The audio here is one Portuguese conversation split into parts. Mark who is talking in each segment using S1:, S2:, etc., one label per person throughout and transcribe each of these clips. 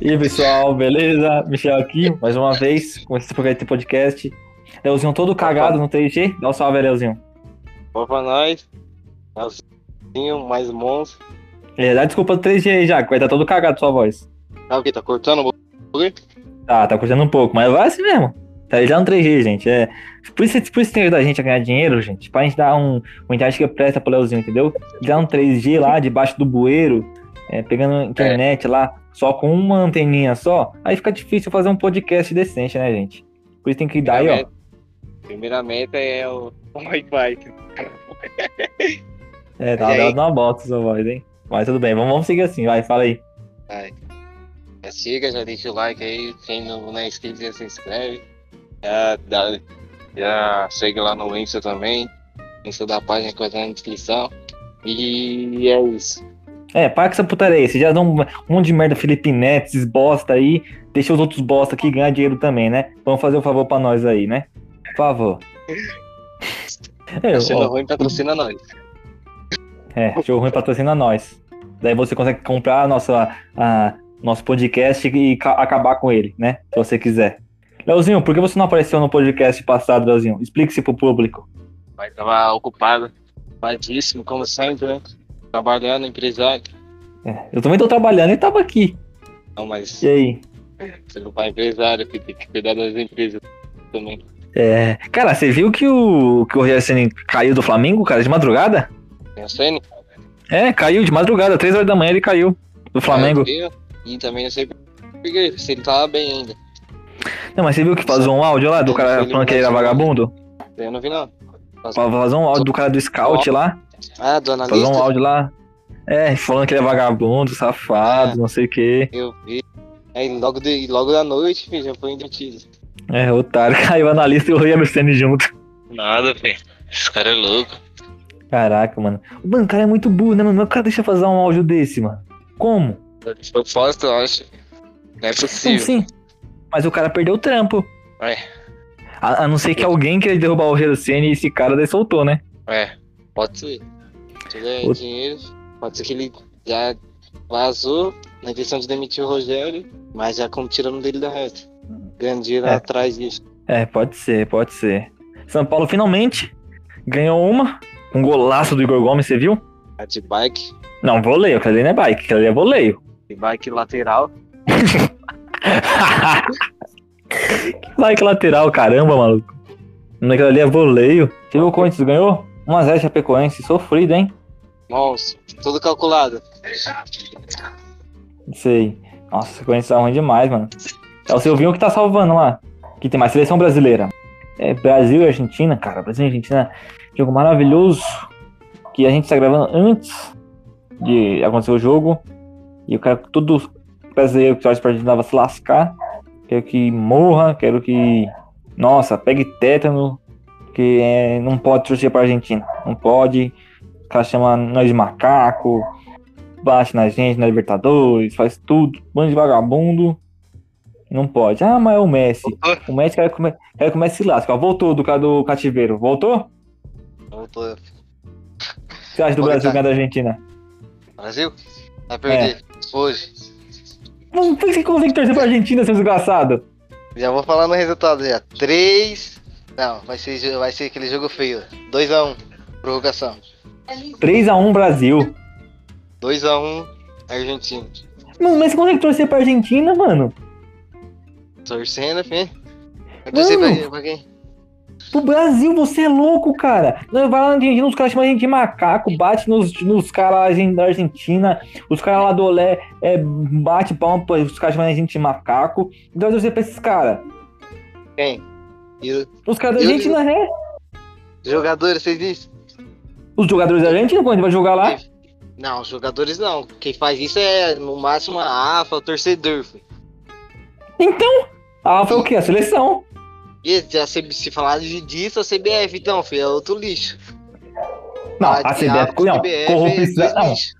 S1: E aí, pessoal, beleza? Michel aqui, mais uma vez, com esse projeto de podcast. Leozinho todo cagado no 3G. Dá um salve, aí, Leozinho.
S2: Opa, nós. Nelsinho, mais monstro.
S1: É, dá desculpa do 3G aí já, que vai estar todo cagado sua voz.
S2: Tá o quê? Tá cortando o bagulho?
S1: Tá, tá curtindo um pouco, mas vai assim mesmo. Tá já no 3G, gente. É, por, isso, por isso tem ajuda a gente a ganhar dinheiro, gente. Pra gente dar um, uma internet que presta pro Leozinho, entendeu? Ele dá um 3G lá, debaixo do bueiro, é, pegando internet lá, só com uma anteninha só. Aí fica difícil fazer um podcast decente, né, gente? Por isso tem que dar Tá aí, ó.
S2: Primeira meta é o My Bike.
S1: É, tá
S2: E aí?
S1: dando uma bota sua voz, hein? Mas tudo bem, vamos, vamos seguir assim, vai, fala aí.
S2: Ai. Já É, siga, já deixa o like aí. Quem não, não é inscrito, já se inscreve. Já, dá- já segue lá no Insta também. Insta da página que vai estar na descrição. E é isso.
S1: É, para com essa putaria aí. Você já dá um, um monte de merda, Felipe Neto, esses bosta aí. Deixa os outros bosta aqui ganhar dinheiro também, né? Vamos fazer um favor pra nós aí, né? Por favor. É,
S2: Tá sendo
S1: ó,
S2: ruim, patrocina nós.
S1: é show ruim patrocina nós. Daí você consegue comprar a nossa, a- nosso podcast e ca- acabar com ele, né? Se você quiser. Leozinho, por que você não apareceu no podcast passado, Leozinho? Explique-se pro público.
S2: Mas tava ocupado, ocupadíssimo, como sempre, né? Trabalhando, empresário.
S1: É, Eu também tô trabalhando e tava aqui.
S2: Não, mas
S1: E aí?
S2: você não vai empresário, que tem que cuidar das empresas também.
S1: É, cara, você viu que o, que o Rogério Ceni caiu do Flamengo, cara, de madrugada?
S2: Tem a Sene,
S1: É, caiu de madrugada, três horas da manhã ele caiu do Flamengo.
S2: né? E também não sei porque se ele tava bem ainda.
S1: Não, mas você viu que vazou um áudio lá do cara falando que ele era vagabundo?
S2: Eu não vi, não.
S1: Vazou um áudio do cara do scout lá,
S2: Ah, do analista?
S1: vazou um áudio lá. É, falando que ele é vagabundo, safado, não sei o quê.
S2: Eu vi. Aí logo, de, logo da noite, filho, já foi indetido.
S1: É, otário, caiu o analista e o Rogério Ceni junto.
S2: Nada, velho. Esse cara é louco.
S1: Caraca, mano. Mano, o cara é muito burro, né, mano? O cara deixa vazar um áudio desse, mano. Como?
S2: De propósito, eu acho. Não é
S1: Sim,
S2: possível.
S1: sim. Mas o cara perdeu o trampo.
S2: É.
S1: A, a não ser que alguém queira derrubar o Herocene e esse cara daí soltou, né?
S2: É, pode ser. Tudo é
S1: O-
S2: dinheiro. Pode ser que ele já vazou na questão de demitir o Rogério, mas já como tirando dele da reta. Ganhando dinheiro
S1: É.
S2: atrás disso.
S1: É, pode ser, pode ser. São Paulo finalmente ganhou uma. Um golaço do Igor Gomes, você viu?
S2: A Ah, de bike,
S1: Não, voleio, aquela ali não é bike, aquela ali é voleio.
S2: de bike lateral.
S1: bike lateral, caramba, maluco. Não, Aquela ali é voleio. Você viu o Corinthians ganhou? 1x0 Chapecoense, sofrido, hein?
S2: Nossa, tudo calculado.
S1: Não sei. Nossa, Corinthians tá ruim demais, mano. É o Silvinho que tá salvando lá. Que tem mais seleção brasileira. É Brasil e Argentina, cara. Brasil e Argentina, jogo maravilhoso. Que a gente tá gravando antes de acontecer o jogo. E eu quero que todo brasileiro que torce pra Argentina vá se lascar. Quero que morra, quero que. Nossa, pegue tétano. Que é, não pode torcer pra Argentina. Não pode. Os caras chamam nós de macaco bate na gente, na Libertadores, faz tudo, bando de vagabundo. Não pode. Ah, mas é o Messi. O Messi quer comer, quer comer se lasca. Ó, Voltou do cara do cativeiro. Voltou?
S2: Voltou.
S1: O que você acha do
S2: Vou
S1: Brasil ganhar
S2: tentar.
S1: da Argentina?
S2: Brasil? Vai perder. Hoje.
S1: Mano, por que você consegue torcer pra Argentina, seu desgraçado?
S2: Já vou falar no resultado já. 3. Não, vai ser, jo- vai ser aquele jogo feio. 2x1. Prorrogação.
S1: 3x1 Brasil.
S2: 2x1 Argentina.
S1: Mano, mas você consegue torcer pra Argentina, mano?
S2: Torcendo, filho. Vai torcer pra, pra quem?
S1: Pro Brasil, você é louco, cara. Não, Vai lá na Argentina, os caras chamam a gente de macaco, bate nos, nos caras da Argentina, os caras lá do Olé é, bate palma, pô, os caras chamam a gente de macaco. Então eu pra esses caras.
S2: Quem? E os
S1: Os caras da
S2: Eu-
S1: Argentina, é.
S2: jogadores, vocês dizem?
S1: Os jogadores da Argentina, quando a gente vai jogar lá.
S2: Não, os jogadores não. Quem faz isso é, no máximo, a AFA, o torcedor, filho.
S1: Então, a foi o quê? A seleção.
S2: E se, a CB se falar de- disso, a CBF, então, filho, é outro lixo.
S1: Não,
S2: de
S1: a CBF,
S2: AFA,
S1: não,
S2: CBF,
S1: corrupção.
S2: dois
S1: Não,
S2: lixos.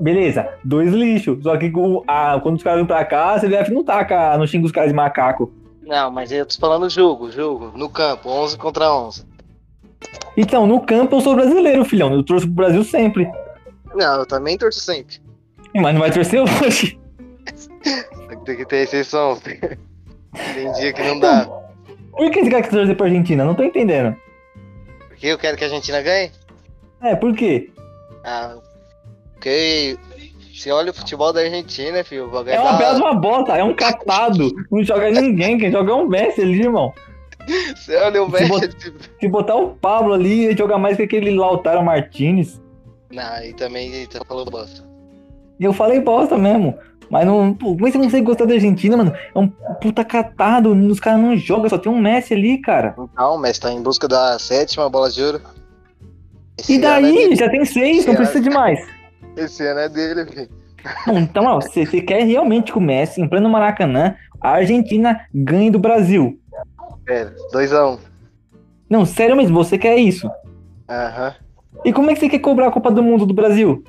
S1: beleza, dois lixos. Só que o- a- quando os caras vêm pra cá, a CBF não taca, não xinga os caras de macaco.
S2: Não, mas eu tô falando jogo, jogo, no campo, 11 contra 11.
S1: Então, no campo eu sou brasileiro, filhão. Eu torço pro Brasil sempre.
S2: Não, eu também torço sempre.
S1: Mas não vai torcer hoje.
S2: Tem que ter exceção. Tem dia que não dá.
S1: Por que você quer que torcer pra Argentina? Não tô entendendo.
S2: Porque eu quero que a Argentina ganhe?
S1: É, por quê?
S2: Ah, porque você olha o futebol da Argentina, filho.
S1: É uma bela de uma bosta, é um catado. Não joga ninguém, quem joga é um Messi ali, irmão.
S2: Você olha o
S1: Se
S2: Messi.
S1: bot- Se botar o Pablo ali, ele joga mais que aquele Lautaro Martinez.
S2: Não, e também tá falando bosta.
S1: E eu falei bosta mesmo. Mas não. Pô, como é que você não consegue gostar da Argentina, mano? É um puta catado, os caras não jogam, só tem um Messi ali, cara.
S2: Então, o Messi tá em busca da sétima bola de ouro. Esse
S1: E
S2: ano é
S1: daí?
S2: dele-
S1: Já tem seis, não
S2: Será?
S1: precisa de mais.
S2: Esse ano é dele, filho.
S1: Não, então, ó, você você quer realmente que o Messi, em pleno Maracanã, a Argentina ganhe do Brasil.
S2: É, 2x1.
S1: Não, sério mesmo, você quer isso.
S2: Aham.
S1: E como é que você quer cobrar a Copa do Mundo do Brasil?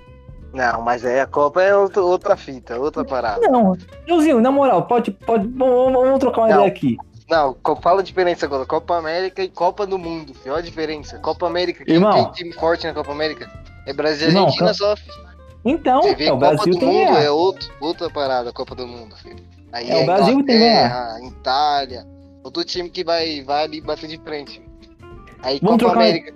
S2: Não, mas aí a Copa é outro- outra fita, outra parada.
S1: Não, Josinho, na moral, pode, pode, vamos, vamos trocar uma
S2: Não.
S1: ideia aqui.
S2: Não, co- fala a diferença agora. Copa América e Copa do Mundo. Olha a diferença. Copa América, quem
S1: Irmão.
S2: tem time forte na Copa América? É Brasil e
S1: Irmão,
S2: Argentina
S1: ca-
S2: só, filho.
S1: Então,
S2: Você vê
S1: é, o
S2: Copa
S1: Brasil tem
S2: do
S1: que
S2: Mundo
S1: ganhar.
S2: é outro, outra parada, Copa do Mundo, filho. Aí
S1: É, o Brasil tem que
S2: Inglaterra, Itália, outro time que vai, vai ali bater de frente. Aí
S1: Vamos
S2: Copa
S1: trocar-
S2: América.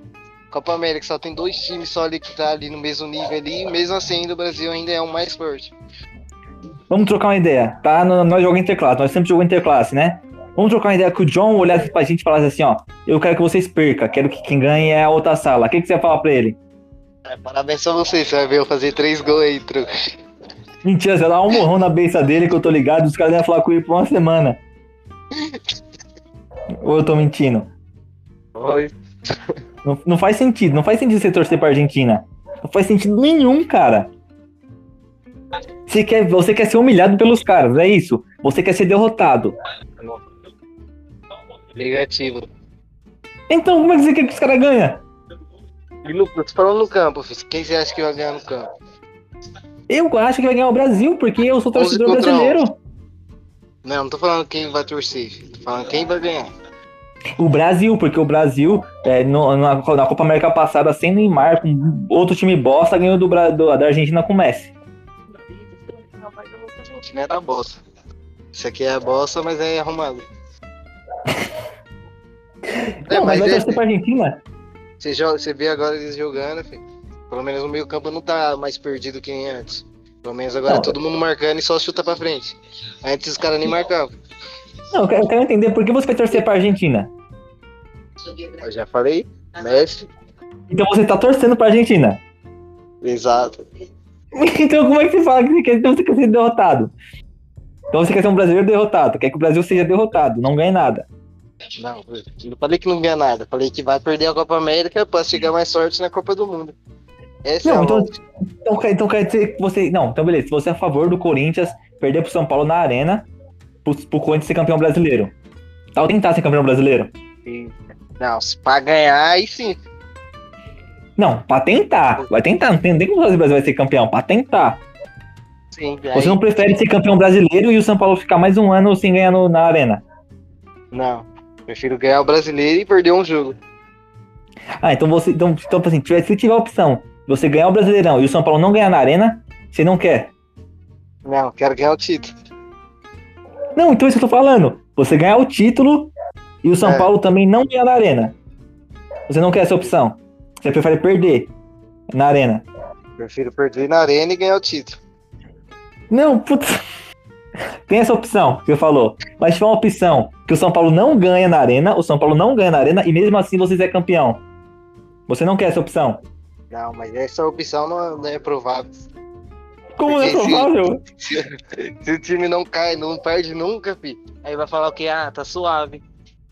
S2: Copa América só tem dois times só ali que tá ali no mesmo nível ali, e mesmo assim ainda o Brasil ainda é o mais forte.
S1: Vamos trocar uma ideia, tá? No- Nós jogamos interclasse, nós sempre jogamos interclasse, né? Vamos trocar uma ideia que o John olhasse pra gente e falasse assim, ó. Eu quero que vocês percam, quero que quem ganhe é a outra sala. O que, que você ia falar pra ele?
S2: É, parabéns pra você, você vai ver eu fazer três gols aí, truco.
S1: Mentira, você dá um morrão na beça dele que eu tô ligado, os caras iam falar com ele por uma semana. Ou eu tô mentindo?
S2: Oi.
S1: Não, não faz sentido, não faz sentido você torcer pra Argentina. Não faz sentido nenhum, cara. Você quer, você quer ser humilhado pelos caras, é isso. Você quer ser derrotado.
S2: Negativo.
S1: Então, como é que você quer que os caras ganhem?
S2: E no, tô falando no campo, filho. Quem você acha que vai ganhar no campo?
S1: Eu acho que vai ganhar o Brasil, porque eu sou
S2: Onze
S1: torcedor
S2: contra
S1: brasileiro.
S2: Não, não tô falando quem vai torcer, filho. tô falando quem vai ganhar.
S1: O Brasil, porque o Brasil, é, no- na, na Copa América passada, sem Neymar, com outro time bosta, ganhou do, Bra- do- da Argentina com o Messi.
S2: Não era bossa. Isso aqui é a bossa, mas é arrumado. É,
S1: não, mas
S2: mas
S1: vai
S2: é,
S1: torcer pra Argentina?
S2: você, joga, você vê agora eles jogando, filho. Pelo menos o meio campo não tá mais perdido que nem antes. Pelo menos agora
S1: Não.
S2: é todo mundo marcando e só chuta pra frente. Antes os caras nem marcavam.
S1: Não, eu quero, eu quero entender por que você vai torcer pra Argentina.
S2: Eu já falei, Messi.
S1: Então você tá torcendo pra Argentina.
S2: Exato.
S1: Então como é que você fala que você quer, então você quer ser derrotado? Então você quer ser um brasileiro derrotado, quer que o Brasil seja derrotado, não ganhe nada.
S2: Não, eu não falei que não ganha nada. Falei que vai perder a Copa América pra chegar mais sorte na Copa do Mundo. Essa é
S1: Não,
S2: a
S1: então,
S2: lógica.
S1: então, quer- então quer dizer que você. Não, então beleza, se você é a favor do Corinthians perder pro São Paulo na arena, pro, pro Corinthians ser campeão brasileiro. Ao tentar ser campeão brasileiro.
S2: Não, se pra ganhar, aí sim.
S1: Não, pra tentar. Vai tentar, não tem nem como o Brasil vai ser campeão, pra tentar.
S2: sim
S1: Você
S2: Tá aí-
S1: não prefere ser campeão brasileiro e o São Paulo ficar mais um ano sem ganhar no- na arena.
S2: Não. Prefiro ganhar o brasileiro e perder um jogo.
S1: Ah, então você. Então, então assim, tiver- se tiver a opção de você ganhar o Brasileirão e o São Paulo não ganhar na arena, você não quer.
S2: Não, quero ganhar o título.
S1: Não, então é isso que eu tô falando. Você ganhar o título e o São
S2: É.
S1: Paulo também não ganhar na arena. Você não quer essa opção. Você prefere perder na arena.
S2: Prefiro perder na arena e ganhar o título.
S1: Não, putz. Tem essa opção que você falou. Mas se for uma opção que o São Paulo não ganha na arena, o São Paulo não ganha na arena e mesmo assim você é campeão. Você não quer essa opção.
S2: Não, mas essa opção não, não é provável.
S1: Como é
S2: Porque se-
S1: provável?
S2: Se o time não cai, não perde nunca, fi. Aí vai falar o que? Ah, tá suave.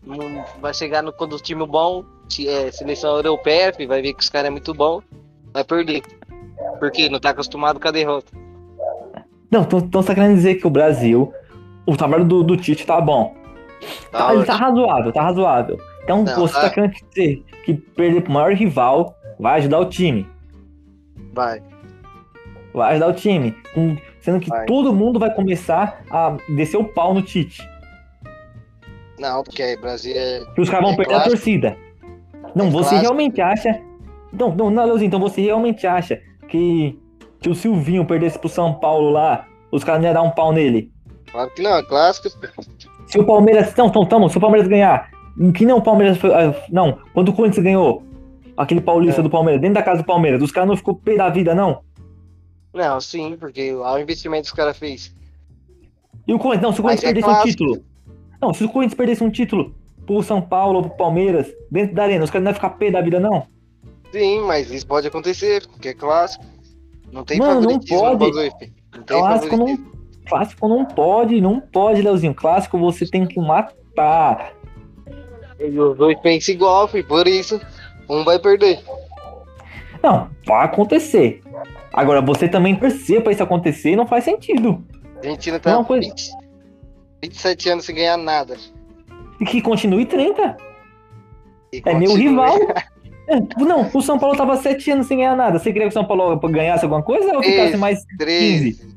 S2: Não- vai chegar no, quando o time bom, ti- é, seleção europeia, fi, vai ver que os caras é muito bom, vai perder. Porque não tá acostumado com a derrota.
S1: Não, então você tá querendo dizer que o Brasil, o trabalho do, do Tite tá bom. Tá, ele tá
S2: ótimo.
S1: razoável, tá razoável. Então
S2: Não,
S1: você tá
S2: tá.
S1: querendo dizer que perder pro maior rival vai ajudar o time.
S2: Vai.
S1: Vai ajudar o time. Com- sendo que
S2: Vai.
S1: todo mundo vai começar a descer o pau no Tite.
S2: Não, porque aí Brasil é
S1: Que os caras vão
S2: É
S1: perder a
S2: clássico.
S1: torcida. Não,
S2: É
S1: você
S2: clássico.
S1: realmente acha. Não, então não, não, Leozinho, então você realmente acha que, que o Silvinho perdesse pro São Paulo lá, os caras não iam dar um pau nele.
S2: Claro que não, é clássico.
S1: Se o Palmeiras. Não, então, tamo, se o Palmeiras ganhar. Em que não o Palmeiras foi. ah, Não, quando o Corinthians ganhou aquele paulista
S2: É.
S1: do Palmeiras, dentro da casa do Palmeiras, os caras não ficou pé da vida, não.
S2: Não, sim, porque lá o investimento que os caras fez.
S1: E o Corinthians, não, se o
S2: Mas
S1: Corinthians
S2: é
S1: perdesse um
S2: clássico.
S1: título. Não, se o Corinthians perdesse um título pro São Paulo ou pro Palmeiras, dentro da arena, os caras não iam ficar pé da vida, não.
S2: Sim, mas isso pode acontecer, porque é clássico. Não tem
S1: Mano, não
S2: favoritismo no
S1: pode.
S2: bagulho, filho. Não tem
S1: Clássico não,
S2: favoritismo.
S1: clássico não pode, não pode, Leozinho. Clássico você tem que matar.
S2: E Os dois pensam igual, filho, por isso. Um vai perder.
S1: Não, vai acontecer. Agora, você também torcer pra isso acontecer não faz sentido.
S2: A Argentina tá
S1: Não, coisa-
S2: 20, 27 anos sem ganhar nada.
S1: E que continue 30.
S2: E
S1: É meu
S2: continua-
S1: rival. É, Não, o São Paulo tava 7 anos sem ganhar nada. Você queria que o São Paulo ganhasse alguma coisa ou ficasse
S2: Isso.
S1: mais
S2: 13.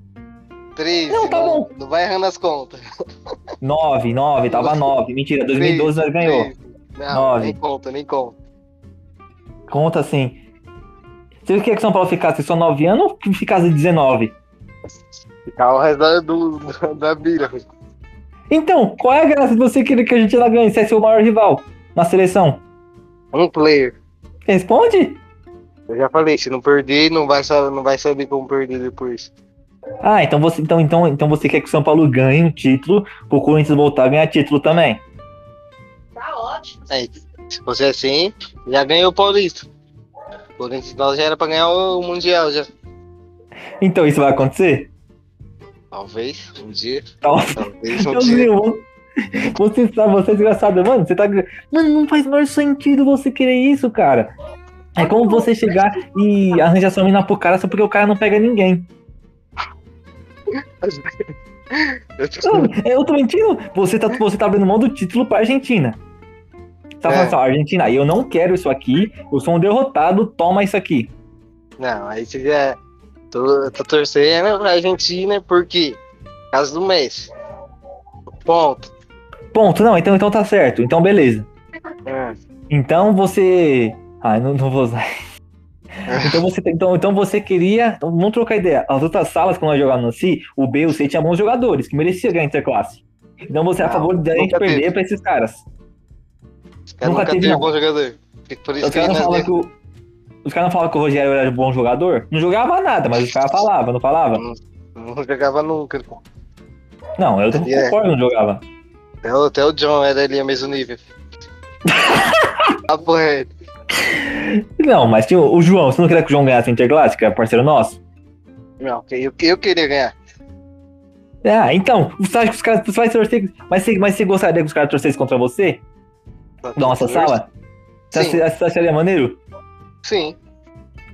S2: 13.
S1: Não, tá bom.
S2: Não vai errando as contas.
S1: 9, 9, tava 9. Mentira, 2012 nós ganhou.
S2: 13. Não,
S1: Nove.
S2: nem conta, nem conta.
S1: Conta assim. Você queria que o São Paulo ficasse só 9 anos ou que ficasse 19?
S2: Ficar o resto da, tá do, da vira.
S1: Então, qual é a graça de você querer que a Argentina ganhe se é seu maior rival na seleção?
S2: Um player.
S1: Responde?
S2: Eu já falei, se não perder, não vai, sa- não vai saber como perder depois.
S1: Ah, então você, então, então, então você quer que o São Paulo ganhe um título pro Corinthians voltar a ganhar título também.
S3: Tá ótimo.
S2: Aí, É, se fosse assim, já ganhou o Paulista. O Corinthians nós já era pra ganhar o Mundial já.
S1: Então isso vai acontecer? Tá
S2: Talvez, um dia.
S1: Tal-
S2: Talvez um
S1: Meu
S2: dia.
S1: Deus, você sabe, você é desgraçado, mano. Você tá. Mano, não faz o menor sentido você querer isso, cara. É como você chegar e arranjar sua mina pro cara só porque o cara não pega ninguém.
S2: Eu tô-
S1: Mano, é, Eu tô mentindo? Você tá, você tá abrindo mão do título pra Argentina. Você tá
S2: É.
S1: falando assim, ó, Argentina, eu não quero isso aqui, eu sou um derrotado, toma isso aqui.
S2: Não, aí você já. Tô, tô torcendo pra Argentina porque. Caso do Messi. Ponto.
S1: Ponto, não, então, então tá certo, então beleza.
S2: É.
S1: Então você. Ah, eu não, não vou usar. Então você, então, então você queria. Então vamos trocar ideia. As outras salas, quando nós jogávamos no Si, o B e o C tinha bons jogadores que mereciam ganhar interclasse. Então você é a
S2: Não,
S1: favor da gente
S2: nunca teve.
S1: perder pra esses caras.
S2: Os caras
S1: Nunca
S2: nunca
S1: teve,
S2: teve
S1: não.
S2: um bom jogador. Por isso né,
S1: Os
S2: que
S1: caras
S2: ele
S1: não
S2: não
S1: falam que o. Os caras não falam que o Rogério era um bom jogador? Não jogava nada, mas os caras falavam, não falava?
S2: não jogava nunca.
S1: Não, eu
S2: Sabia.
S1: concordo, não jogava.
S2: Até É o, até o John era ali ao mesmo nível. Ah, é. Papo reto.
S1: Não, mas tinha o o João, você não queria que o João ganhasse o Interclasse, que é parceiro nosso?
S2: Não, que eu, que eu queria ganhar.
S1: Ah, então, você acha que os caras. Você vai torcer. Mas você, mas você gostaria que os caras torcessem contra você?
S2: Só que
S1: Da nossa
S2: eu-
S1: sala? Você
S2: Sim,
S1: acha- você acharia maneiro?
S2: sim.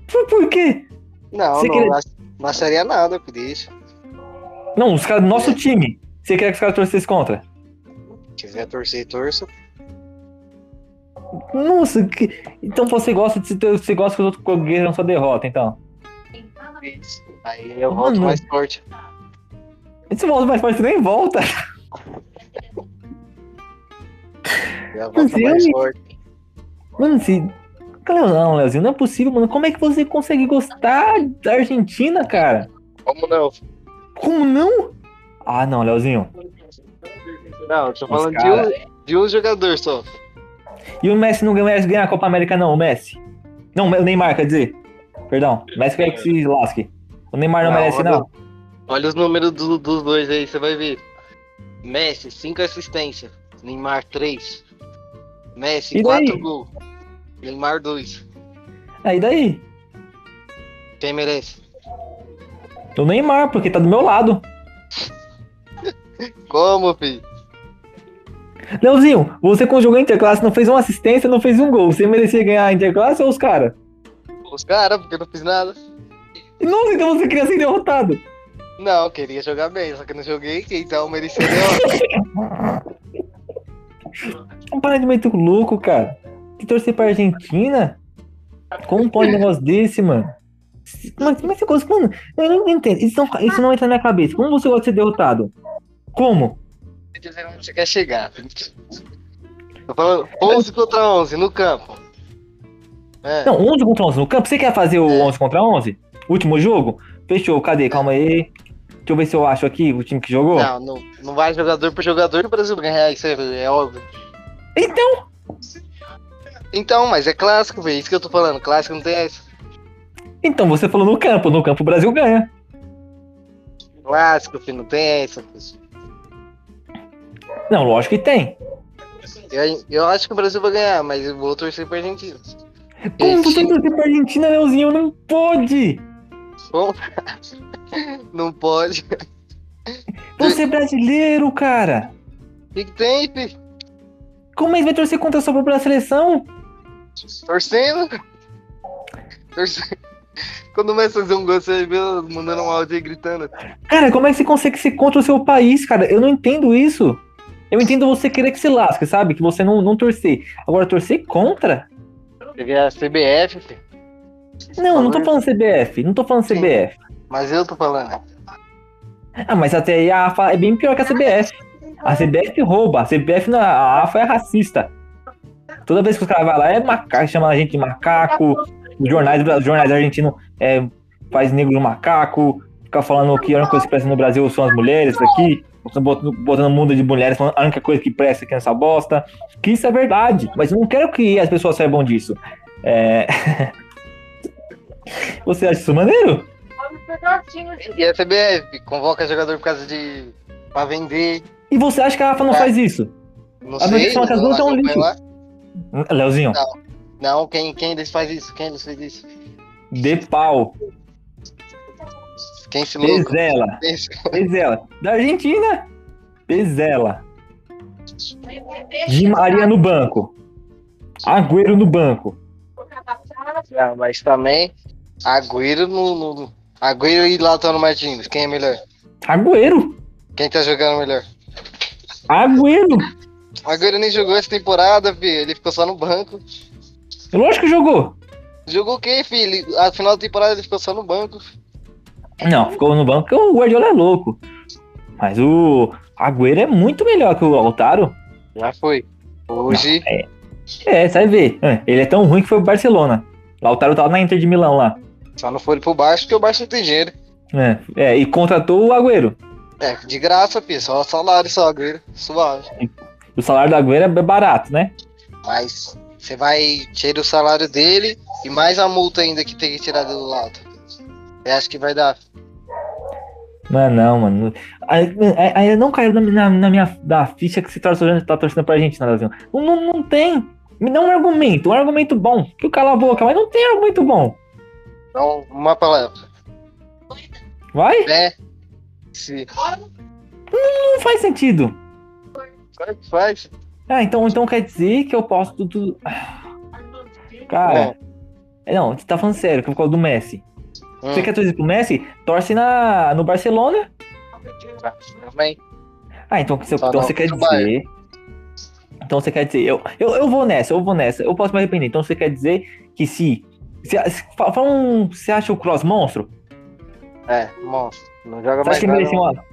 S1: Por, por quê?
S2: Não,
S1: Você
S2: não,
S1: queria-
S2: ach- não acharia nada, por isso.
S1: Não, os caras do nosso time. Você queria que os caras torcessem contra?
S2: Se quiser torcer, torça.
S1: Nossa, que- então você gosta de se ter- você gosta que os outros ganham sua derrota, então.
S2: Aí eu volto
S1: Mano.
S2: mais forte.
S1: Esse volta mais forte, você nem volta.
S2: Eu volto
S1: Sim.
S2: mais forte.
S1: Mano, se. Cara, Não, Leozinho, não é possível, mano. Como é que você consegue gostar da Argentina, cara?
S2: Como não?
S1: Como não? Ah, não, Leozinho.
S2: Não, eu tô falando de
S1: cara-
S2: um, de um jogador só.
S1: E o Messi não ganha, ganha a Copa América, não, o Messi. Não, o Neymar, quer dizer. Perdão, o Messi quer que se lasque. O Neymar não,
S2: Não,
S1: merece,
S2: olha-
S1: não.
S2: Olha os números do- dos dois aí, você vai ver. Messi, 5 assistências. Neymar, 3. Messi,
S1: E daí?
S2: 4 gols. Neymar, 2.
S1: Aí É, daí?
S2: Quem merece?
S1: O Neymar, porque tá do meu lado.
S2: Como, filho?
S1: Leozinho, você quando jogou Interclasse não fez uma assistência, não fez um gol. Você merecia ganhar a Interclasse ou os caras?
S2: Os caras, porque eu não fiz nada.
S1: Nossa, então você queria ser derrotado.
S2: Não, eu queria jogar bem, só que eu não joguei, então eu mereci derrota.
S1: Não para de meter o Um louco, cara. Que torcer pra Argentina? Como pode um negócio desse, mano? Mas, mas essa coisa, mano, eu não entendo. Isso não, isso não entra na minha cabeça. Como você gosta de ser derrotado? Como?
S2: Tem que ver onde você quer chegar. Tô falando 11 contra 11 no campo. É,
S1: Não, 11 contra 11 no campo. Você quer fazer o 11 contra 11? Último jogo? Fechou, cadê? Calma aí. Deixa eu ver se eu acho aqui o time que jogou.
S2: Não, não, não vai jogador por jogador do Brasil ganhar, isso é, é óbvio.
S1: Então,
S2: Então, mas é clássico, velho. Isso que eu tô falando. Clássico não tem essa.
S1: então você falou no campo. No campo o Brasil ganha.
S2: Clássico, filho, não tem essa. filho.
S1: Não, lógico que tem.
S2: Eu, eu acho que o Brasil vai ganhar, mas eu vou torcer pra Argentina.
S1: Como
S2: Esse-
S1: você torcer pra Argentina, Leozinho? Não pode!
S2: Bom, não pode.
S1: Você é brasileiro, cara!
S2: O que, que tem, filho?
S1: Como é que vai torcer contra a sua própria seleção?
S2: Torcendo? Torcendo. Quando começa a fazer um gol, você vê eu mandando um áudio aí gritando.
S1: Cara, como é que você consegue ser contra o seu país, cara? Eu não entendo isso. Eu entendo você querer que se lasque, sabe? Que você não, não torcer. Agora, torcer contra?
S2: Peguei a CBF, filho.
S1: Não, não tô
S2: Falando-
S1: falando CBF. Não tô falando
S2: Sim.
S1: CBF.
S2: Mas eu tô falando.
S1: Ah, mas até aí a AFA é bem pior que a CBF. A CBF rouba. A CBF, na a AFA é racista. Toda vez que os caras vão lá, é macaco, chama a gente de macaco. Os jornais, os jornais argentinos é, faz negro de macaco. Fica falando que a única coisa que presta no Brasil são as mulheres aqui. Botando, botando mundo de mulheres, falando a única coisa que presta aqui nessa bosta. Que isso é verdade. Mas eu não quero que as pessoas saibam disso. É... Você acha isso maneiro?
S2: E a CBF convoca jogador por causa de. pra vender.
S1: E você acha que a AFA não faz isso?
S2: Não
S1: Ah, mas
S2: sei.
S1: eles falam que as
S2: não
S1: duas são
S2: acompanho
S1: lixo.
S2: lá.
S1: Leozinho,
S2: Não, quem, quem eles faz isso? Quem eles fez isso?
S1: de pau.
S2: Quem se louco?
S1: Bezela,
S2: Esse-
S1: Bezela. Da Argentina, Bezela. Di Maria no banco. Agüero no banco.
S2: Ah, mas também. Agüero no. no- no- Agüero e Lautaro Martins. Quem é melhor?
S1: Agüero.
S2: Quem tá jogando melhor?
S1: Agüero.
S2: Agüero nem jogou essa temporada, filho. Ele ficou só no banco.
S1: Lógico que jogou.
S2: Jogou o quê, filho? Ele- A final da temporada ele ficou só no banco.
S1: Não, ficou no banco porque o Guardiola é louco. Mas o Agüero é muito melhor que o Altaro.
S2: Já foi. Hoje.
S1: É, sai ver. É, Ele é tão ruim que foi pro Barcelona. O Altaro tava na Inter de Milão lá.
S2: Só não foi pro baixo porque o baixo não tem dinheiro.
S1: É, é, e contratou o Agüero.
S2: É, de graça, filho. Só salário, só Agüero. Suave.
S1: O salário do Agüero é barato, né?
S2: Mas você vai tirar o salário dele e mais a multa ainda que tem que tirar do lado. Você acha que vai dar?
S1: Não é não, mano. Aí- aí- Ainda não caiu na, na- na minha da ficha que você tá torcendo, tá torcendo pra gente, Brasil. Não, não, não tem. Me dá um argumento, um argumento bom. Que o cala a boca, mas não tem argumento bom.
S2: Então, uma palavra.
S1: Vai?
S2: Né? Se...
S1: Não faz sentido.
S2: Como é que faz?
S1: Ah, então, então quer dizer que eu posso tudo. Ah, Cara. é, Não, você tá falando sério, que é por causa do Messi.
S2: Hum,
S1: Você quer torcer pro Messi? Torce na, no Barcelona.
S2: também.
S1: Ah, então, você-
S2: Só
S1: então
S2: não
S1: você quer
S2: pro Bayern.
S1: dizer. Então você quer dizer. Eu, eu, eu vou nessa, eu vou nessa. Eu posso me arrepender. Então você quer dizer que se. se, se fa- fala um, você acha o Cross monstro?
S2: É, monstro. Não joga
S1: Você acha
S2: mais
S1: que ele
S2: nada.
S1: merecia uma.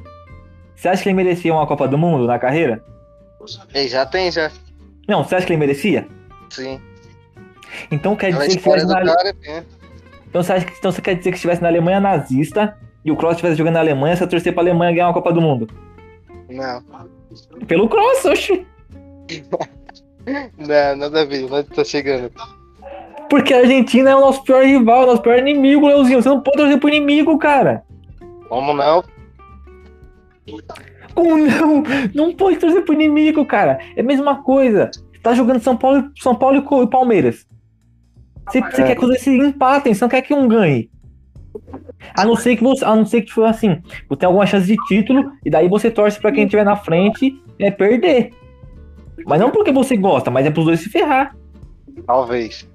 S1: Você acha que ele merecia uma Copa do Mundo na carreira?
S2: Ei, já tem, já.
S1: Não, você acha que ele merecia?
S2: Sim.
S1: Então quer
S2: Ela
S1: dizer que
S2: É história
S1: estivesse
S2: do
S1: na
S2: cara, né?
S1: então, você acha que- então você quer dizer que estivesse na Alemanha nazista e o Cross estivesse jogando na Alemanha, você ia torcer pra Alemanha ganhar uma Copa do Mundo?
S2: Não.
S1: Pelo Cross, oxi.
S2: Não, nada a ver. Não tá chegando.
S1: Porque a Argentina é o nosso pior rival, o nosso pior inimigo, Leozinho. Você não pode torcer pro inimigo, cara.
S2: Como não?
S1: Como não? Não pode torcer pro inimigo, cara. É a mesma coisa. Tá jogando São Paulo, São Paulo e Co- e Palmeiras. Você, você quer que os dois se empatem, você não quer que um ganhe. A não ser que você, a não ser que for assim, você tem alguma chance de título e daí você torce pra quem tiver na frente é perder. Mas não porque você gosta, mas é pros dois se ferrar.
S2: Talvez.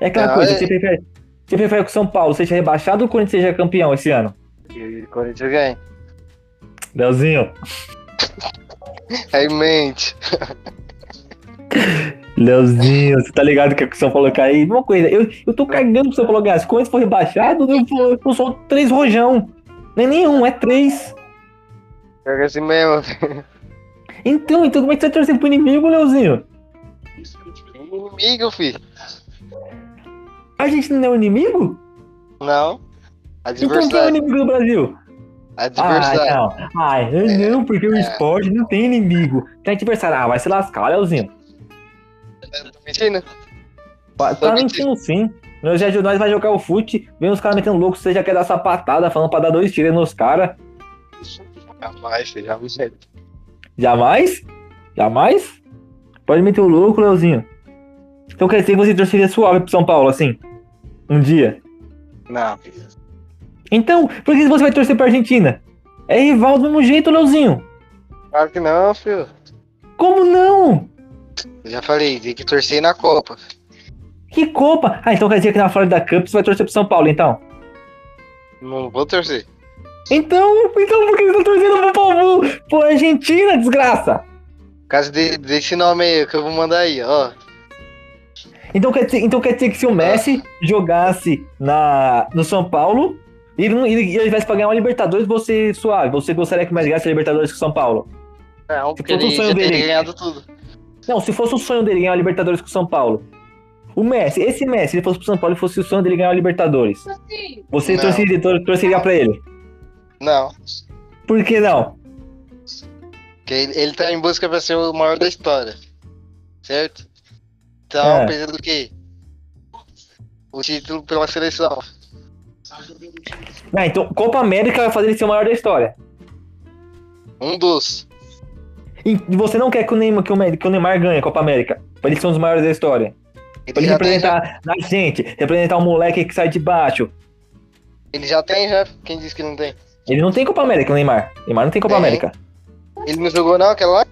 S1: É aquela
S2: Não,
S1: coisa,
S2: é-
S1: você prefere, você prefere que o São Paulo seja rebaixado ou que o Corinthians seja campeão esse ano?
S2: E o Corinthians ganha.
S1: Leozinho,
S2: É em mente.
S1: Leozinho, você tá ligado que o São Paulo cair? Uma coisa, eu, eu tô cagando pro São Paulo ganhar. Se o Corinthians for rebaixado, eu, vou- eu sou três rojão. Não é nenhum, é três.
S2: Joga assim mesmo.
S1: Então, então como é que você vai torcer pro inimigo, Leozinho?
S2: Inimigo, filho.
S1: A gente não é o inimigo? é
S2: Não.
S1: Então quem é o
S2: Adversário.
S1: Então, um inimigo do Brasil?
S2: Adversário.
S1: Ah, não. Ai, não, porque o esporte não tem inimigo. Tem adversário. Ah, vai se lascar, Leozinho. tá.
S2: Tô Tá mentindo?
S1: Pa- Tá mentindo sim. Nós já nós vai jogar o fute, vem os caras metendo louco, você já quer dar sapatada, falando pra dar dois tiros nos caras.
S4: Jamais, você já me jeito.
S1: Jamais? Jamais? Pode meter o louco, Leozinho. Então quer dizer que você torceria suave pro São Paulo, assim? Um dia.
S4: Não,
S1: Então, por que você vai torcer pra Argentina? É rival do mesmo jeito, Leozinho.
S2: Claro que não, filho.
S1: Como não?
S2: Eu já falei, tem que torcer na Copa.
S1: Que Copa! Ah, então quer dizer que na Florida Cup você vai torcer pro São Paulo, então?
S2: Não vou torcer.
S1: Então, então por que você tá torcendo pro povo? Pô, Argentina, desgraça!
S2: Por causa de- desse nome aí que eu vou mandar aí, ó.
S1: Então quer dizer, então quer dizer que se o
S2: Ah.
S1: Messi jogasse na, no São Paulo e ele, não- ele, ele tivesse pra ganhar uma Libertadores, você suave, você gostaria que mais ganhasse a Libertadores que o São Paulo?
S2: Não, porque
S1: todo
S2: ele
S1: sonho
S2: já teria
S1: dele.
S2: ganhado tudo.
S1: Não, se fosse o sonho dele ganhar a Libertadores com o São Paulo. O Messi, esse Messi, se ele fosse pro São Paulo e fosse o sonho dele ganhar a Libertadores,
S5: Assim,
S1: você
S2: Não.
S1: torceria, tor- torceria pra ele?
S2: Não.
S1: Por que não?
S2: Porque ele, ele tá em busca pra ser o maior da história. Certo? Então,
S1: É.
S2: pensando o quê? O título pela seleção.
S1: Ah, então Copa América vai fazer ele ser o maior da história.
S2: Um dos.
S1: E você não quer que o Neymar, que o Me- que o Neymar ganhe a Copa América, pra ele ser um dos maiores da história. Pra ele
S2: já tem já-
S1: representar na gente, representar um moleque que sai de baixo.
S2: ele já tem já. Quem disse que não tem?
S1: Ele não tem Copa América, o Neymar. Neymar não tem Copa
S2: Tem.
S1: América.
S2: Ele não jogou não aquela lá?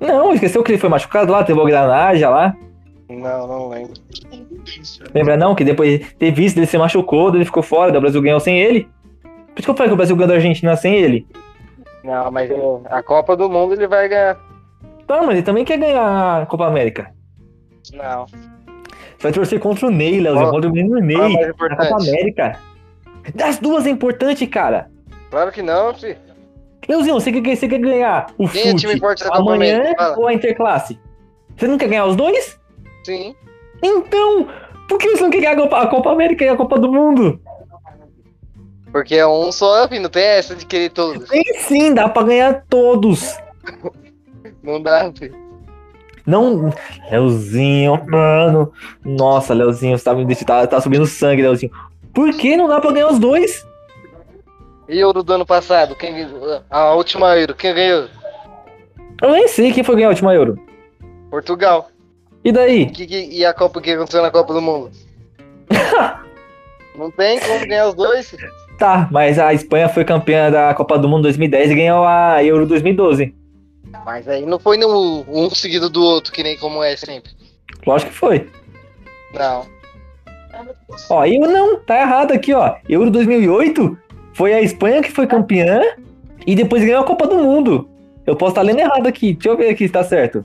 S1: Não, esqueceu que ele foi machucado lá, teve o granagem lá.
S2: Não, não lembro.
S1: Lembra não? Que depois de ter visto ele se machucou, ele ficou fora, daí o Brasil ganhou sem ele. Por isso que eu falei que o Brasil ganhou da Argentina sem ele.
S2: Não, mas a Copa do Mundo ele vai ganhar.
S1: Tá, mas ele também quer ganhar a Copa América.
S2: Não.
S1: Você vai torcer contra o Ney, Leozinho,
S2: Ó,
S1: contra o menino
S2: Qual é o
S1: Ney.
S2: mais
S1: na Copa
S2: importante?
S1: América. Das duas é importante, cara.
S2: Claro que não, filho.
S1: Leozinho, você quer, você quer ganhar o
S2: Quem é
S1: FUT
S2: time forte da Copa
S1: amanhã
S2: América? Fala.
S1: ou a Interclasse? Você não quer ganhar os dois?
S2: Sim.
S1: Então, por que você não quer ganhar a Copa, a Copa América e a Copa do Mundo?
S2: Porque é um só, filho. Não tem essa de querer todos.
S1: Sim, sim, dá pra ganhar todos.
S2: Não dá, filho.
S1: Não. Leozinho, mano. Nossa, Leozinho, você tá, me deixando- tá, tá subindo sangue, Leozinho. Por que não dá pra ganhar os dois?
S2: E Euro do ano passado? Quem ganhou? A última Euro. Quem ganhou?
S1: Eu nem sei quem foi ganhar a última Euro.
S2: Portugal.
S1: E daí?
S2: Que, que- e a Copa que aconteceu na Copa do Mundo? não tem como ganhar os dois. filho.
S1: Tá, mas a Espanha foi campeã da Copa do Mundo 2010 e ganhou a Euro 2012.
S2: Mas aí não foi no, um seguido do outro, que nem como é sempre.
S1: Lógico que foi.
S2: Não.
S1: Ó, eu não, tá errado aqui, ó. Euro 2008 foi a Espanha que foi campeã e depois ganhou a Copa do Mundo. Eu posso estar lendo errado aqui, deixa eu ver aqui se tá certo.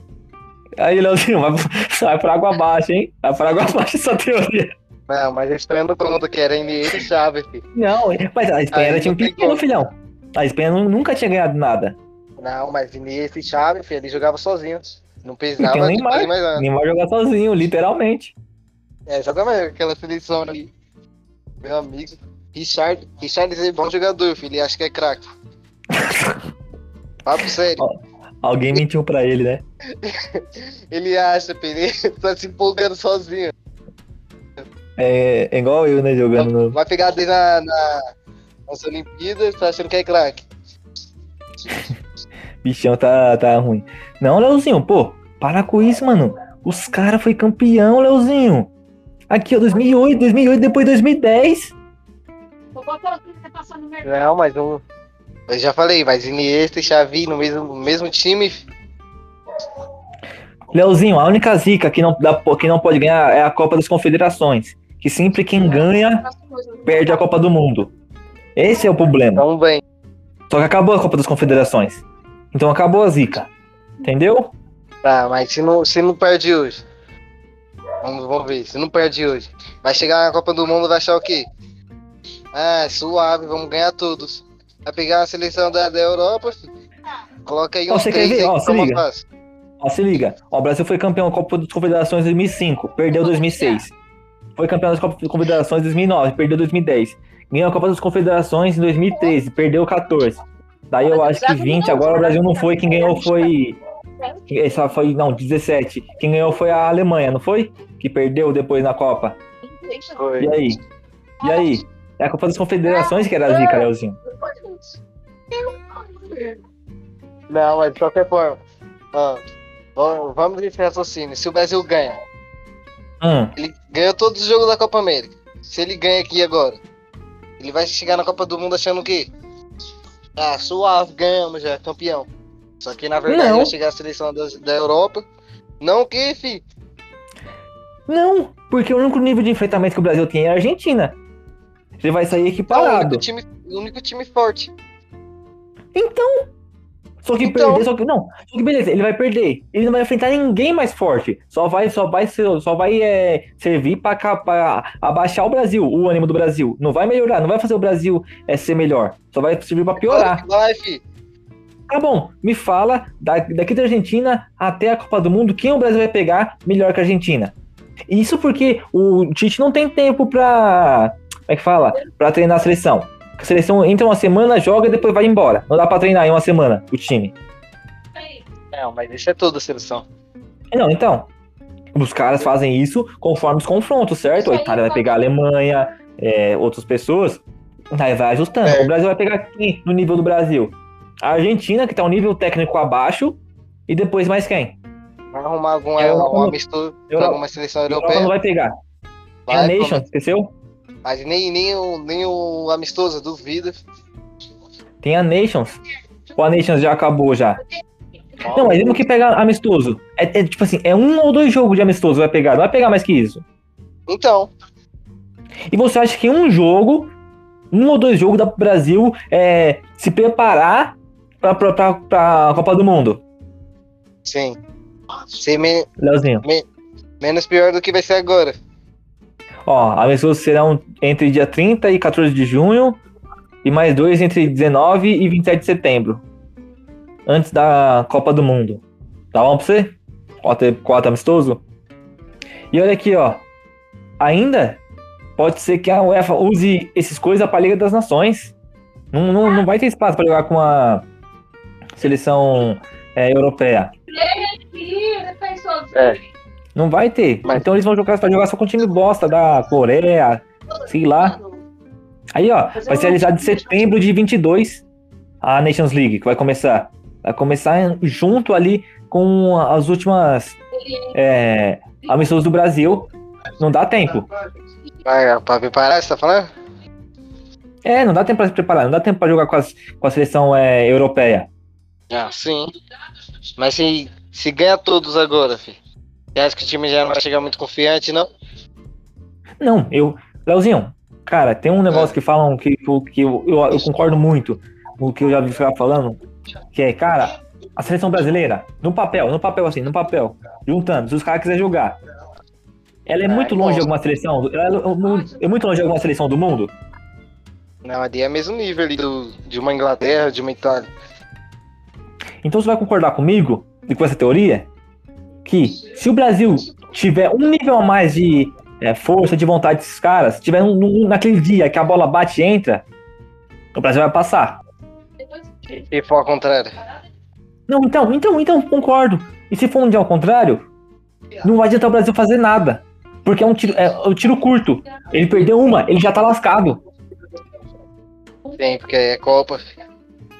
S1: Aí, Leozinho, vai, vai pra água abaixo, hein? Vai pra água abaixo essa teoria.
S2: Não, mas a Espanha não conta que era NBA e Chave, filho.
S1: Não, mas a Espanha
S2: Aí
S1: era
S2: não
S1: time
S2: tem
S1: pequeno,
S2: como.
S1: filhão. A Espanha nu- nunca tinha ganhado nada.
S2: Não, mas NBA e Chave, filho, ele jogava sozinho. Não
S1: E tem
S2: precisava
S1: o
S2: de
S1: Neymar.
S2: fazer mais nada.
S1: Nem vai jogar sozinho, literalmente.
S2: É, exatamente, aquela seleção ali. Meu amigo. Richard, Richard é bom jogador, filho. Ele acha que é craque. Papo sério.
S1: Alguém mentiu pra ele, né?
S2: Ele acha, filho. Ele tá se empolgando sozinho.
S1: É, é igual eu, né, jogando no...
S2: Vai pegar dele na, na, nas Olimpíadas, tá achando que é craque.
S1: Bichão tá, tá ruim. Não, Leozinho, pô, para com isso, mano. Os caras foi campeão, Leozinho. Aqui, ó, 2008, 2008, depois 2010.
S5: vou botar o que você passou no
S1: É.
S5: mercado.
S2: Não, mas um. Eu já falei, mas Iniesta e Xavi no mesmo, no mesmo time.
S1: Leozinho, a única zica que não, dá, que não pode ganhar é a Copa das Confederações. Que sempre quem ganha perde a Copa do Mundo. Esse é o problema.
S2: Tão bem.
S1: Só que acabou a Copa das Confederações. Então acabou a zica. Entendeu?
S2: Tá, mas se não, se não perde hoje. Vamos, vamos ver, se não perde hoje. Vai chegar na Copa do Mundo vai achar o quê? Ah, suave, vamos ganhar todos. Vai pegar a seleção da, da Europa, filho. Coloca aí
S1: Ó,
S2: uns
S1: você quer
S2: três
S1: ver?
S2: aí,
S1: Ó,
S2: que
S1: se
S2: toma
S1: liga.
S2: fácil.
S1: Ó, se liga. Ó, o Brasil foi campeão da Copa das Confederações em é? 2005, perdeu em 2006. Foi campeão das Copas das Confederações em 2009, perdeu em 2010. Ganhou a Copa das Confederações em 2013, perdeu 14. Daí eu acho que 20, agora o Brasil não foi, quem ganhou foi. Essa foi, não, 17. Quem ganhou foi a Alemanha, não foi? Que perdeu depois na Copa. E aí? E aí? É a Copa das Confederações que era a zica, Leozinho.
S2: Não, mas de qualquer forma. ó, vamos- vamos nesse raciocínio. Se o Brasil ganha,
S1: Hum,
S2: ele ganhou todos os jogos da Copa América. Se ele ganha aqui agora, ele vai chegar na Copa do Mundo achando que. Ah, suave, ganhamos já, campeão. Só que na verdade
S1: Não.
S2: vai chegar a seleção das- da, Europa. Não que, fi.
S1: Não, porque o único nível de enfrentamento que o Brasil tem é a Argentina. Ele vai sair
S2: É o único
S1: equiparado.
S2: time, o único time forte.
S1: Então. Só que
S2: Então.
S1: perder, só que não. Só que beleza, ele vai perder. Ele não vai enfrentar ninguém mais forte. Só vai, só vai, ser- só vai é, servir pra, ca- pra abaixar o Brasil, o ânimo do Brasil. Não vai melhorar, não vai fazer o Brasil é, ser melhor. Só vai servir pra piorar.
S2: Claro que Vai, fi.
S1: Tá bom, me fala, da- daqui da Argentina até a Copa do Mundo, quem o Brasil vai pegar melhor que a Argentina? Isso porque o Tite não tem tempo pra. Como é que fala? Pra treinar a seleção. A seleção entra uma semana, joga e depois vai embora. Não dá pra treinar em uma semana o time.
S2: Não, mas isso é toda a seleção.
S1: Não, então. Os caras fazem isso conforme os confrontos, certo? A Itália vai pegar a Alemanha, é, outras pessoas. Aí vai ajustando.
S2: É.
S1: O Brasil vai pegar quem no nível do Brasil? A Argentina, que tá um nível técnico abaixo. E depois mais quem?
S2: Vai arrumar algum,
S1: É,
S2: algum
S1: eu-
S2: amistoso com
S1: Europa-
S2: alguma seleção
S1: Europa não
S2: europeia.
S1: vai pegar. É a
S2: Vai,
S1: Nation,
S2: como-
S1: esqueceu?
S2: mas nem, nem, o, nem o amistoso, duvido.
S1: Tem a Nations. Ou a Nations já acabou já. Não, mas mesmo que pegar amistoso. É, é tipo assim, é um ou dois jogos de amistoso vai pegar, não vai pegar mais que isso.
S2: Então,
S1: E você acha que um jogo, um ou dois jogos dá pro Brasil é, se preparar pra, pra, pra, pra Copa do Mundo?
S2: sim. Ser men-
S1: Leozinho.
S2: menos pior do que vai ser agora.
S1: Ó, amistoso serão um entre dia 30 e 14 de junho. E mais dois entre 19 e 27 de setembro. Antes da Copa do Mundo. Tá bom pra você? Quatro, quatro amistoso? E olha aqui, ó. Ainda pode ser que a UEFA use esses coisas pra Liga das Nações. Não, não, não vai ter espaço pra jogar com a seleção é, europeia. Não vai ter.
S2: Mas-
S1: Então eles vão jogar, vai jogar só com o time bosta da Coreia, sei lá. Aí, ó,
S5: Mas
S1: vai
S5: eu
S1: ser
S5: não-
S1: realizado em setembro de 22 a Nations League, que vai começar. Vai começar junto ali com as últimas é, amistosos do Brasil. Não dá
S5: Tá.
S1: tempo.
S2: Vai, ó, pra preparar, você tá falando?
S1: É, não dá tempo pra se preparar, não dá tempo pra jogar com, as- com a seleção é, europeia.
S2: Ah, sim. Mas se, se ganha todos agora, filho. Você acha que o time já não vai chegar muito confiante, não?
S1: Não, eu. Leozinho, cara, tem um negócio que falam que, que eu, eu, eu concordo muito com o que eu já vi ficar falando, que é, cara, a seleção brasileira, no papel, no papel assim, no papel, juntando, se os caras quiserem jogar, ela é muito longe de alguma seleção, ela é mu- é muito longe de alguma seleção do mundo?
S2: Não, ali é mesmo nível ali do, de uma Inglaterra, de uma Itália.
S1: Então você vai concordar comigo e com essa teoria que se o Brasil tiver um nível a mais de é, força, de vontade desses caras, tiver um, um- naquele dia que a bola bate e entra, o Brasil vai passar.
S2: E, e for ao contrário.
S1: Não, então, então, então, concordo. E se for um dia ao contrário, não vai adiantar o Brasil fazer nada. Porque é um tiro, é, um tiro curto. Ele perdeu uma, ele já tá lascado.
S2: Sim, porque é Copa.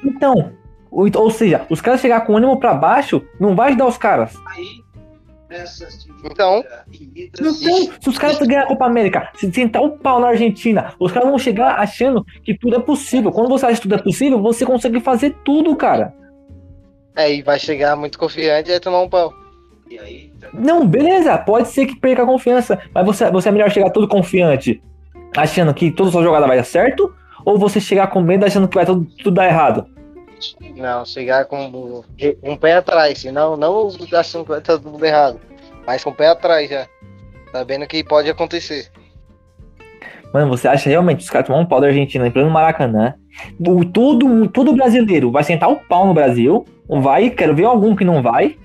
S1: Então, ou, ou seja, os caras chegar com ânimo pra baixo, não vai ajudar os caras.
S2: Então,
S1: Então, se os caras ganharem a Copa América, se sentar o pau na Argentina, os caras vão chegar achando que tudo é possível. Quando você acha que tudo é possível, você consegue fazer tudo, cara.
S2: aí É, vai chegar muito confiante e vai tomar um pau.
S1: Não, beleza, pode ser que perca a confiança, mas você, você é melhor chegar todo confiante, achando que toda sua jogada vai dar certo, ou você chegar com medo achando que vai tudo, tudo dar errado?
S2: Não, chegar com o- um pé atrás, senão não achando que vai estar tudo errado. Mas com o pé atrás já. Sabendo que pode acontecer.
S1: Mano, você acha realmente que os caras tomar um pau da Argentina em pleno Maracanã? O, todo, todo brasileiro vai sentar o pau no Brasil? Vai? Quero ver algum que não vai?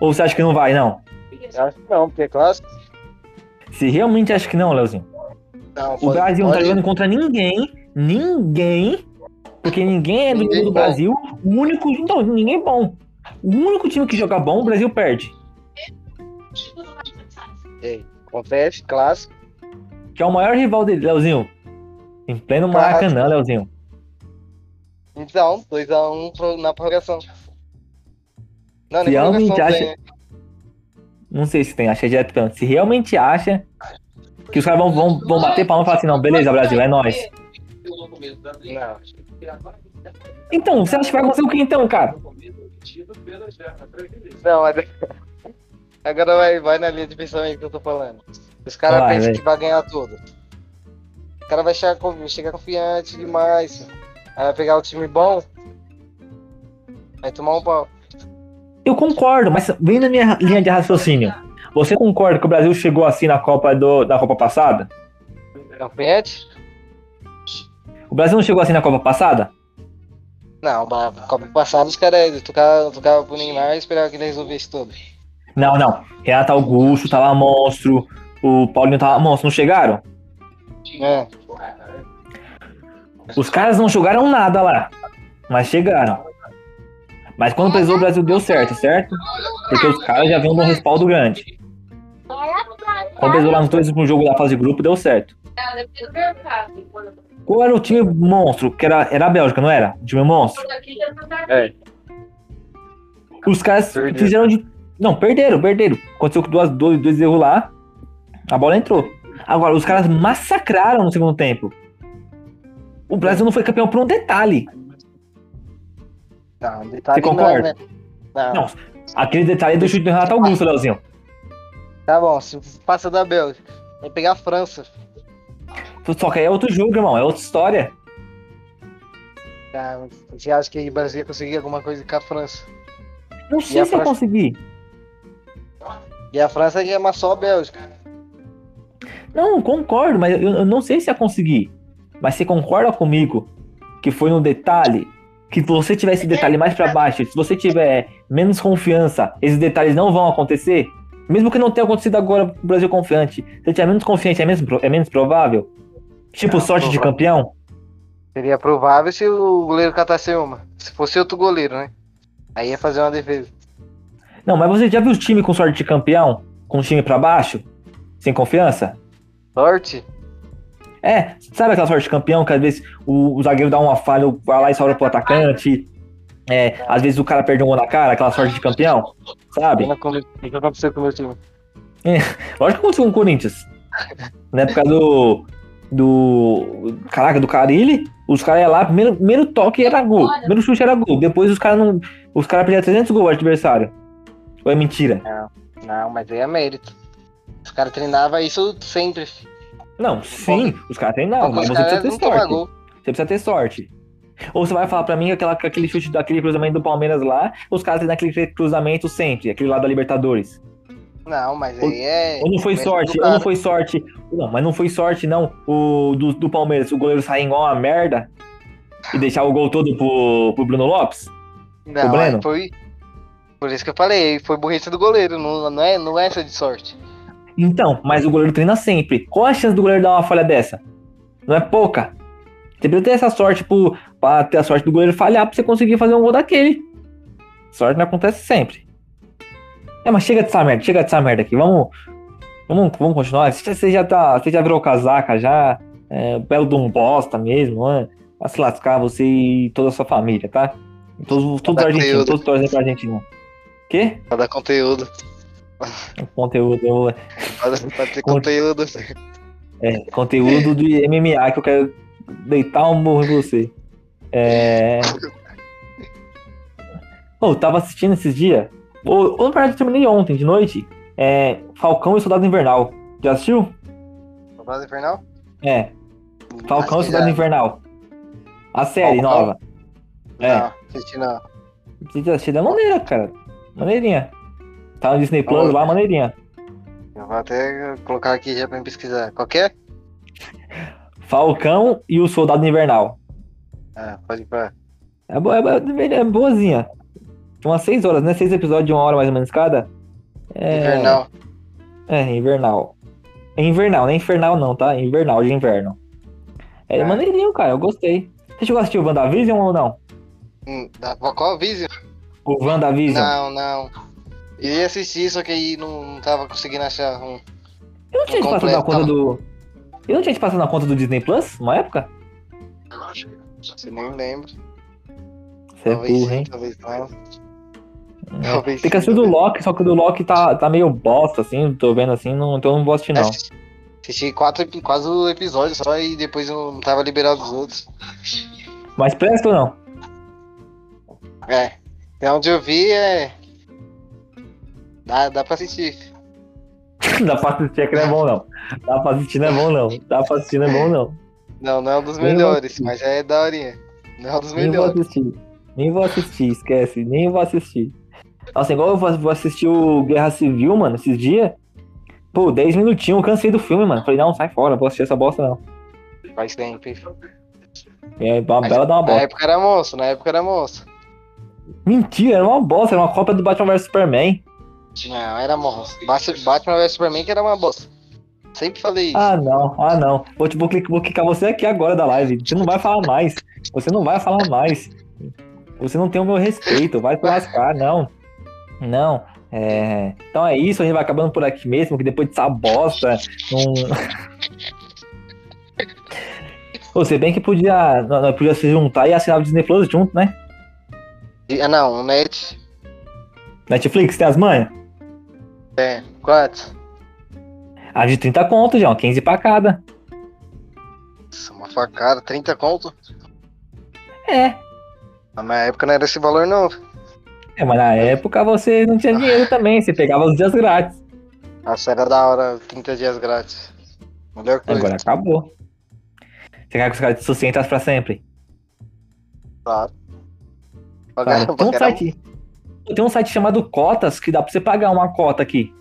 S1: Ou você acha que não vai, não?
S2: Eu acho que não, porque é clássico.
S1: Você realmente acha que não, Leozinho?
S2: Não,
S1: O
S2: pode-
S1: Brasil não tá
S2: pode-
S1: jogando contra ninguém. Ninguém. Porque ninguém é do
S2: Ninguém
S1: nível do
S2: bom.
S1: Brasil. O único. Então, ninguém é bom. O único time que joga bom, o Brasil perde.
S2: Ei, Acontece, clássico.
S1: Que é o maior rival dele, Leozinho. Em pleno
S2: Caraca.
S1: Maracanã, Leozinho.
S2: Então, 2x1 pro- na prorrogação. Não,
S1: Se
S2: nem
S1: realmente
S2: prorrogação
S1: acha-
S2: tem.
S1: Não sei se tem, achei direto pênalti. Se realmente acha que os caras vão, vão, vão bater palma e falar assim, não, beleza, Brasil, é nóis.
S2: Não.
S1: Então, você acha que vai acontecer o que então, cara?
S2: Não, mas... Agora vai, vai na linha de pensamento que eu tô falando. Os caras
S1: Vai,
S2: pensam
S1: vai.
S2: que vai ganhar tudo. O cara vai chegar, con- chegar confiante demais. Aí vai pegar o time bom. Vai tomar um pau.
S1: Eu concordo, mas vem na minha linha de raciocínio. Você concorda que o Brasil chegou assim na Copa, do, na Copa passada?
S2: Campeante?
S1: O Brasil não chegou assim na Copa passada?
S2: Não, na Copa passada os caras tocavam tocava pro Neymar e esperavam que ele resolvesse tudo.
S1: Não, não. Renato Augusto tava monstro, o Paulinho tava monstro, não chegaram?
S2: É.
S1: Os caras não jogaram nada lá, mas chegaram. Mas quando precisou, o Brasil deu certo, certo? Porque os caras já vinham de um respaldo grande. Quando precisou lá nos dois últimos jogos da fase de grupo, deu certo. Qual era o time monstro? Que era, era a Bélgica, não era? O time monstro? Os caras
S2: Perderam.
S1: fizeram de. Não, perderam, perderam. Aconteceu com duas, dois, dois erros lá, a bola entrou. Agora, os caras massacraram no segundo tempo. O Brasil não foi campeão por um detalhe.
S2: Não, detalhe
S1: Você
S2: não,
S1: concorda?
S2: né? Não.
S1: Não. Aquele detalhe do chute do Renato Augusto, Leozinho.
S2: Tá bom, se passa da Bélgica. Vai pegar a França.
S1: Só que aí é outro jogo, irmão, é outra história.
S2: Cara, Você É, acha que o Brasil ia conseguir alguma coisa com a França?
S1: Não
S2: E
S1: sei
S2: a
S1: se eu
S2: França?
S1: consegui.
S2: E a França ia amassou a Bélgica.
S1: Não, concordo, mas eu, eu não sei se ia conseguir. Mas você concorda comigo que foi no detalhe? Que se você tiver esse detalhe mais pra baixo, se você tiver menos confiança, esses detalhes não vão acontecer? Mesmo que não tenha acontecido agora com o Brasil confiante, se você tiver menos confiante, é menos, pro- é menos provável? Tipo,
S2: Não,
S1: sorte de
S2: provável.
S1: campeão?
S2: Seria provável se o goleiro catasse uma. Se fosse outro goleiro, né? Aí ia fazer uma defesa.
S1: Não, mas você já viu time com sorte de campeão? Com o time pra baixo? Sem confiança?
S2: Sorte?
S1: É, sabe aquela sorte de campeão que às vezes o, o zagueiro dá uma falha, vai lá e sobra pro atacante. É, às vezes o cara perde um gol na cara, aquela sorte de campeão, sabe?
S2: Pena como- O que aconteceu com o meu time?
S1: Lógico que aconteceu com o Corinthians. Na época do. do. Caraca, do Carilli, os caras iam lá, primeiro, primeiro toque era gol, primeiro chute era gol, depois os caras não. Os caras perdiam 300 gols ao adversário. Ou é mentira?
S2: Não, mas aí é mérito. Os caras treinavam isso sempre.
S1: Não, sim, os caras treinavam, mas
S2: os
S1: você
S2: caras
S1: precisa ter
S2: não tomavam
S1: sorte.
S2: gol.
S1: Você precisa ter sorte. Ou você vai falar pra mim que aquela, que aquele chute daquele cruzamento do Palmeiras lá, os caras têm aquele cruzamento sempre, aquele lá da Libertadores.
S2: Não, mas
S1: Ou-
S2: aí é.
S1: Ou não foi
S2: mérito do
S1: sorte, ou
S2: cara.
S1: não foi sorte. Não, mas não foi sorte, não. O do, do Palmeiras, o goleiro sair igual uma merda e deixar o gol todo pro, pro Bruno Lopes.
S2: Não,
S1: Breno?
S2: aí foi. Por isso que eu falei, aí foi burrice do goleiro, não, não, é, não é essa de sorte.
S1: Então, mas o goleiro treina sempre. Qual a chance do goleiro dar uma falha dessa? Não é pouca. Você precisa ter essa sorte pro, pra ter a sorte do goleiro falhar pra você conseguir fazer um gol daquele. Sorte não acontece sempre. É, mas chega dessa merda, chega dessa merda aqui. Vamos, vamos, vamos continuar. Você já- Você já, tá, você já virou casaca, já. É, belo de um bosta mesmo, né? Vai se lascar você e toda a sua família, tá? Todos, todos
S2: Tá
S1: argentinos,
S2: conteúdo.
S1: todos torcem pra Argentina. Quê?
S2: Pra dar conteúdo.
S1: Conteúdo. é
S2: Pra, pra
S1: Conte-
S2: ter conteúdo.
S1: É, conteúdo de MMA que eu quero deitar um morro em você. É. Pô, eu tava assistindo esses dias. Ou, ou na verdade, eu terminei ontem, de noite. É. Falcão e Soldado Invernal. Já assistiu?
S2: Soldado Infernal?
S1: É. Falcão e
S2: Acho que
S1: Soldado
S2: já-
S1: Invernal. A série
S2: é. Falcão. Ah.
S1: nova. É.
S2: Não, assisti não.
S1: Você Achei da maneira, cara. Maneirinha. Tá no Disney Plus
S2: Ô.
S1: lá, maneirinha.
S2: Eu vou até colocar aqui já pra me pesquisar. é? Qualquer?
S1: Falcão e o Soldado Invernal.
S2: Ah, pode ir pra.
S1: É, bo é, bo- é boazinha. Tem umas seis horas, né? Seis episódios de uma hora mais ou menos cada. É,
S2: Infernal.
S1: É, invernal. É invernal, não é infernal não, tá? É invernal, de inverno. É
S2: Ah.
S1: maneirinho, cara, eu gostei. Você chegou a assistir o WandaVision ou não?
S2: Hum, da- qual Vision?
S1: O WandaVision?
S2: Não, não. Iria assistir, só que aí não, não tava conseguindo achar um.
S1: eu não tinha te passado na
S2: completo,
S1: conta
S2: tá?
S1: do... Eu não tinha te passado na conta do Disney Plus, uma época?
S2: Você nem lembra.
S1: Você é burro,
S2: sim,
S1: hein?
S2: talvez não.
S1: É.
S2: Talvez
S1: Tem que
S2: sim,
S1: assistir o do
S2: talvez-
S1: Loki, só que o do Loki tá, tá meio bosta, assim, tô vendo assim, não, então eu não vou assistir não.
S2: Assisti- Assisti quatro, epi- quase o episódio só e depois eu não tava liberado dos outros.
S1: Mas presta ou não?
S2: É. É onde eu vi é. Dá, dá pra assistir.
S1: Dá pra assistir é que não é bom não. Dá pra assistir não é bom não. Dá pra assistir não é bom não.
S2: Não, não é um dos
S1: Nem
S2: melhores,
S1: vou
S2: mas é daorinha. Não é um dos
S1: Nem vou
S2: melhores.
S1: assistir. Nem vou assistir, esquece. Nem vou assistir. Nossa, igual eu vou vou assistir o Guerra Civil, mano, esses dias. Pô, 10 minutinhos, eu cansei do filme, mano. Falei, não, sai fora, não vou assistir essa bosta não.
S2: Faz tempo.
S1: Tá
S2: hein?
S1: É uma
S2: Mas
S1: bela dá uma
S2: Na
S1: bosta.
S2: época era monstro, na época era monstro.
S1: Mentira, era uma bosta, era uma cópia do Batman vs Superman.
S2: Não, era monstro. Bat- Batman vs Superman que era uma bosta. Sempre falei isso.
S1: Ah, não, ah, não. Vou, te- vou, clicar, vou clicar você aqui agora da live. Você não vai falar mais. Você não vai falar mais. Você não tem o meu respeito. Vai te lascar, não. Não. É, Então é isso, a gente vai acabando por aqui mesmo, que depois dessa bosta. Não... Pô, se bem que podia, nós- nós podia se juntar e assinar o Disney Plus junto, né?
S2: Ah, não, o Net.
S1: Netflix, tem as manhas?
S2: É, quatro.
S1: A de 30 conto, João, 15 pra cada.
S2: Nossa, uma facada, 30 conto.
S1: É.
S2: Na minha época não era esse valor, não.
S1: é, mas na época você não tinha dinheiro também, você pegava os dias grátis.
S2: Nossa, era da hora, 30 dias grátis. Melhor coisa.
S1: Agora acabou. Você quer que os caras te sustentas pra sempre?
S2: Claro.
S1: Cara,
S2: Pagar,
S1: tem um
S2: pagar-
S1: site. Tem um site chamado Cotas que dá pra você pagar uma cota aqui.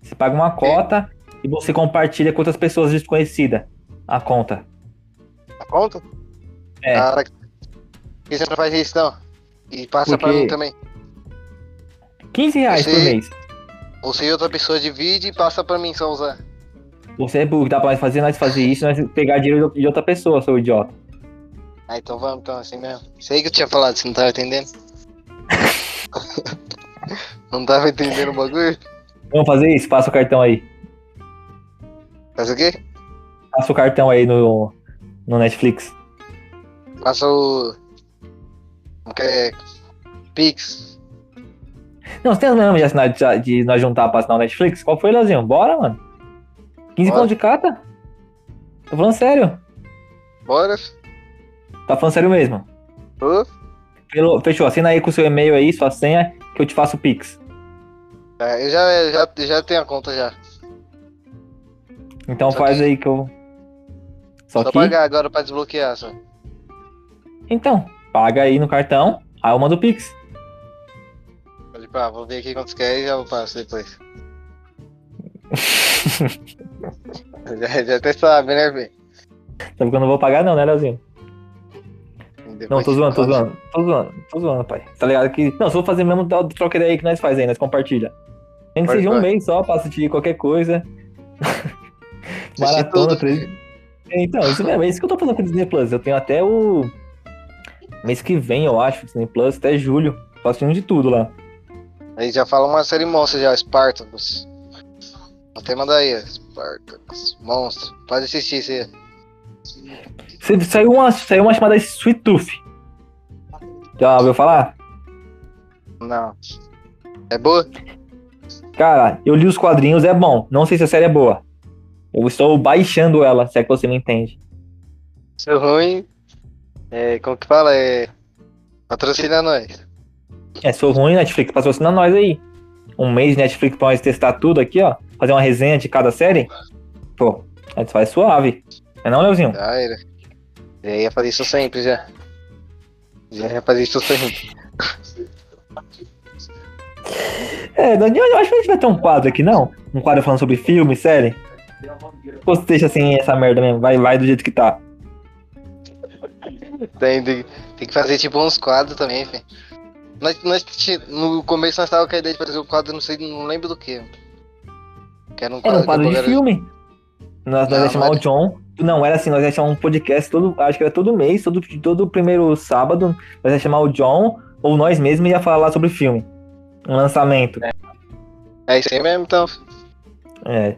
S1: Você paga uma cota e você compartilha com outras pessoas desconhecidas a conta.
S2: Tá pronto?
S1: É.
S2: Cara, por que você não faz isso, não? E passa pra
S1: Porque-
S2: mim também.
S1: 15 reais por
S2: Você-
S1: mês.
S2: Ou se outra pessoa divide e passa pra mim só usar.
S1: Você é burro, dá pra nós fazer, nós fazer isso, nós pegar dinheiro de outra pessoa, seu idiota.
S2: Ah, então vamos, então, assim mesmo. Isso aí que eu tinha falado, você não tava entendendo? não tava entendendo o bagulho?
S1: Vamos fazer isso? Passa o cartão aí.
S2: Faz o quê?
S1: Passa o cartão aí no, no Netflix.
S2: Passa o. Como que é? Pix.
S1: Não, você tem as mesmas de, assinar, de, de nós juntar pra assinar o Netflix? Qual foi, Leozinho? Bora, mano. 15
S2: Bora.
S1: pontos de cata? Tô falando sério.
S2: Bora.
S1: Tá falando sério mesmo.
S2: Ô,
S1: Pelo- fechou, assina aí com o seu e-mail aí, sua senha, que eu te faço o Pix.
S2: é, Eu já, já, já tenho a conta já.
S1: Então
S2: Só
S1: faz
S2: que-
S1: aí que eu. Só,
S2: Só
S1: que.
S2: pagar agora pra desbloquear, só.
S1: Então, paga aí no cartão, aí eu mando o Pix.
S2: Pode pá, vou ver aqui quantos quer e já eu passo depois. já, já até sabe, né, velho?
S1: Sabe que eu não vou pagar, não, né, Leozinho? Não,
S2: Depois
S1: tô zoando, tô
S2: você fala.
S1: zoando. Tô zoando, tô zoando, pai. Tá ligado que. Não, se eu vou fazer mesmo da troca ideia aí que nós faz aí, nós compartilha. Nem que
S2: Pode,
S1: seja um
S2: pode.
S1: mês só pra assistir qualquer coisa.
S2: Assisti
S1: Maratona,
S2: tudo.
S1: três. É, Então, isso mesmo, é isso que eu tô fazendo com o Disney Plus. Eu tenho até o. Mês que vem, eu acho, Disney Plus, até julho. Tô assistindo de tudo lá.
S2: Aí já fala uma série monstro já, Spartacus. Até manda aí, é Spartacus. Monstro. Pode assistir isso aí.
S1: Você- Saiu uma, saiu uma chamada Sweet Tooth. Já ouviu falar?
S2: Não. É boa?
S1: Cara, eu li os quadrinhos, é bom. Não sei se a série é boa. Eu estou baixando ela, se é que você me entende.
S2: Se é ruim, é, como que fala? É, patrocina nós.
S1: É, sou ruim, Netflix, patrocina nós aí. Um mês de Netflix pra nós testar tudo aqui, ó. Fazer uma resenha de cada série. Pô, a gente faz suave. É não, Leozinho?
S2: Já era. Já ia fazer isso sempre já. Já ia fazer isso sempre.
S1: É, Daniel, eu acho que a gente vai ter um quadro aqui, não? Um quadro falando sobre filme, série. Ou você deixa assim essa merda mesmo? Vai, vai do jeito que tá.
S2: Tem, tem- tem que fazer tipo uns quadros também, filho. Nós, nós ti- no começo nós tava com a ideia de fazer um quadro, não sei, não lembro do que. Que era um
S1: Era um
S2: que a
S1: quadro de
S2: galera-
S1: filme. Nós, nós
S2: Não,
S1: ia chamar
S2: mas-
S1: o John. Não, era assim, nós ia chamar um podcast todo. Acho que era todo mês, todo, todo primeiro sábado, nós ia chamar o John, ou nós mesmos, e ia falar sobre filme. Um lançamento.
S2: É isso aí mesmo, então.
S1: É.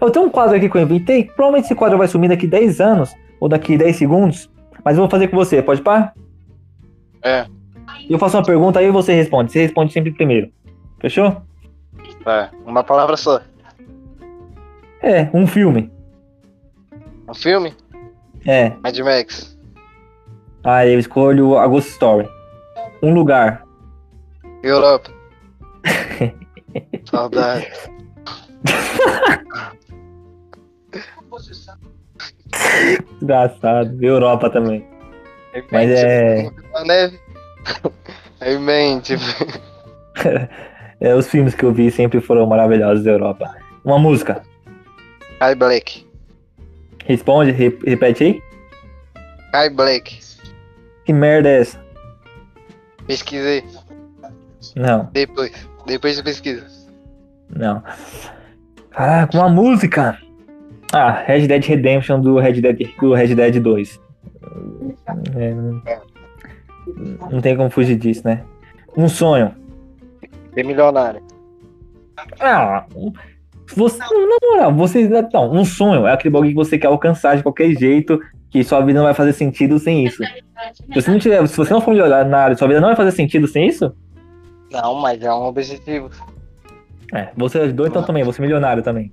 S1: Eu tenho um quadro aqui que eu inventei. Provavelmente esse quadro vai sumir daqui 10 anos, ou daqui 10 segundos. Mas eu vou fazer com você, pode par?
S2: É.
S1: E Eu faço uma pergunta aí e você responde. Você responde sempre primeiro. Fechou?
S2: É, uma palavra só.
S1: É, um filme.
S2: Um filme?
S1: É.
S2: Mad Max.
S1: Aí eu escolho a Ghost Story. Um lugar.
S2: Europa. Saudade.
S1: Engraçado. Europa também. Mas é,
S2: A neve. Aí tipo, mente.
S1: é, Os filmes que eu vi sempre foram maravilhosos da Europa. Uma música.
S2: Kai Black.
S1: Responde, re- repete aí.
S2: Kai Black.
S1: Que merda é essa?
S2: Pesquisei.
S1: Não,
S2: Depois. Depois de pesquisa.
S1: não. Caraca, uma música. Ah, Red Dead Redemption do Red Dead, do Red Dead 2. É, não- não tem como fugir disso, né? Um sonho.
S2: Ser milionário.
S1: Ah, você, na moral, vocês. Não, um sonho é aquele bagulho que você quer alcançar de qualquer jeito, que sua vida não vai fazer sentido sem isso. Se você não, tiver, se você não for milionário, sua vida não vai fazer sentido sem isso?
S2: Não, mas é um objetivo.
S1: É, você dois então também, você milionário também.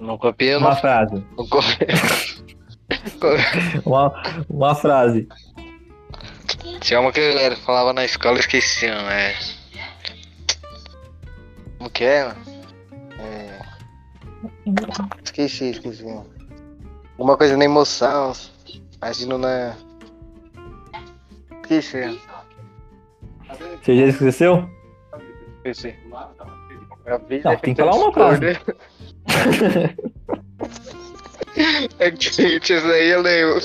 S2: Não copia, não.
S1: Uma frase.
S2: Não copia.
S1: Uma, uma frase.
S2: Tinha uma que a galera falava na escola e esqueciam, é. Como que é, mano? É. Esqueci, esqueci. mano. Alguma coisa na emoção, agindo na. Esqueci.
S1: Você já esqueceu?
S2: Esqueci. A vida
S1: Não,
S2: é
S1: tem que
S2: feita
S1: falar
S2: de
S1: uma frase.
S2: escolha. É que isso aí eu lembro.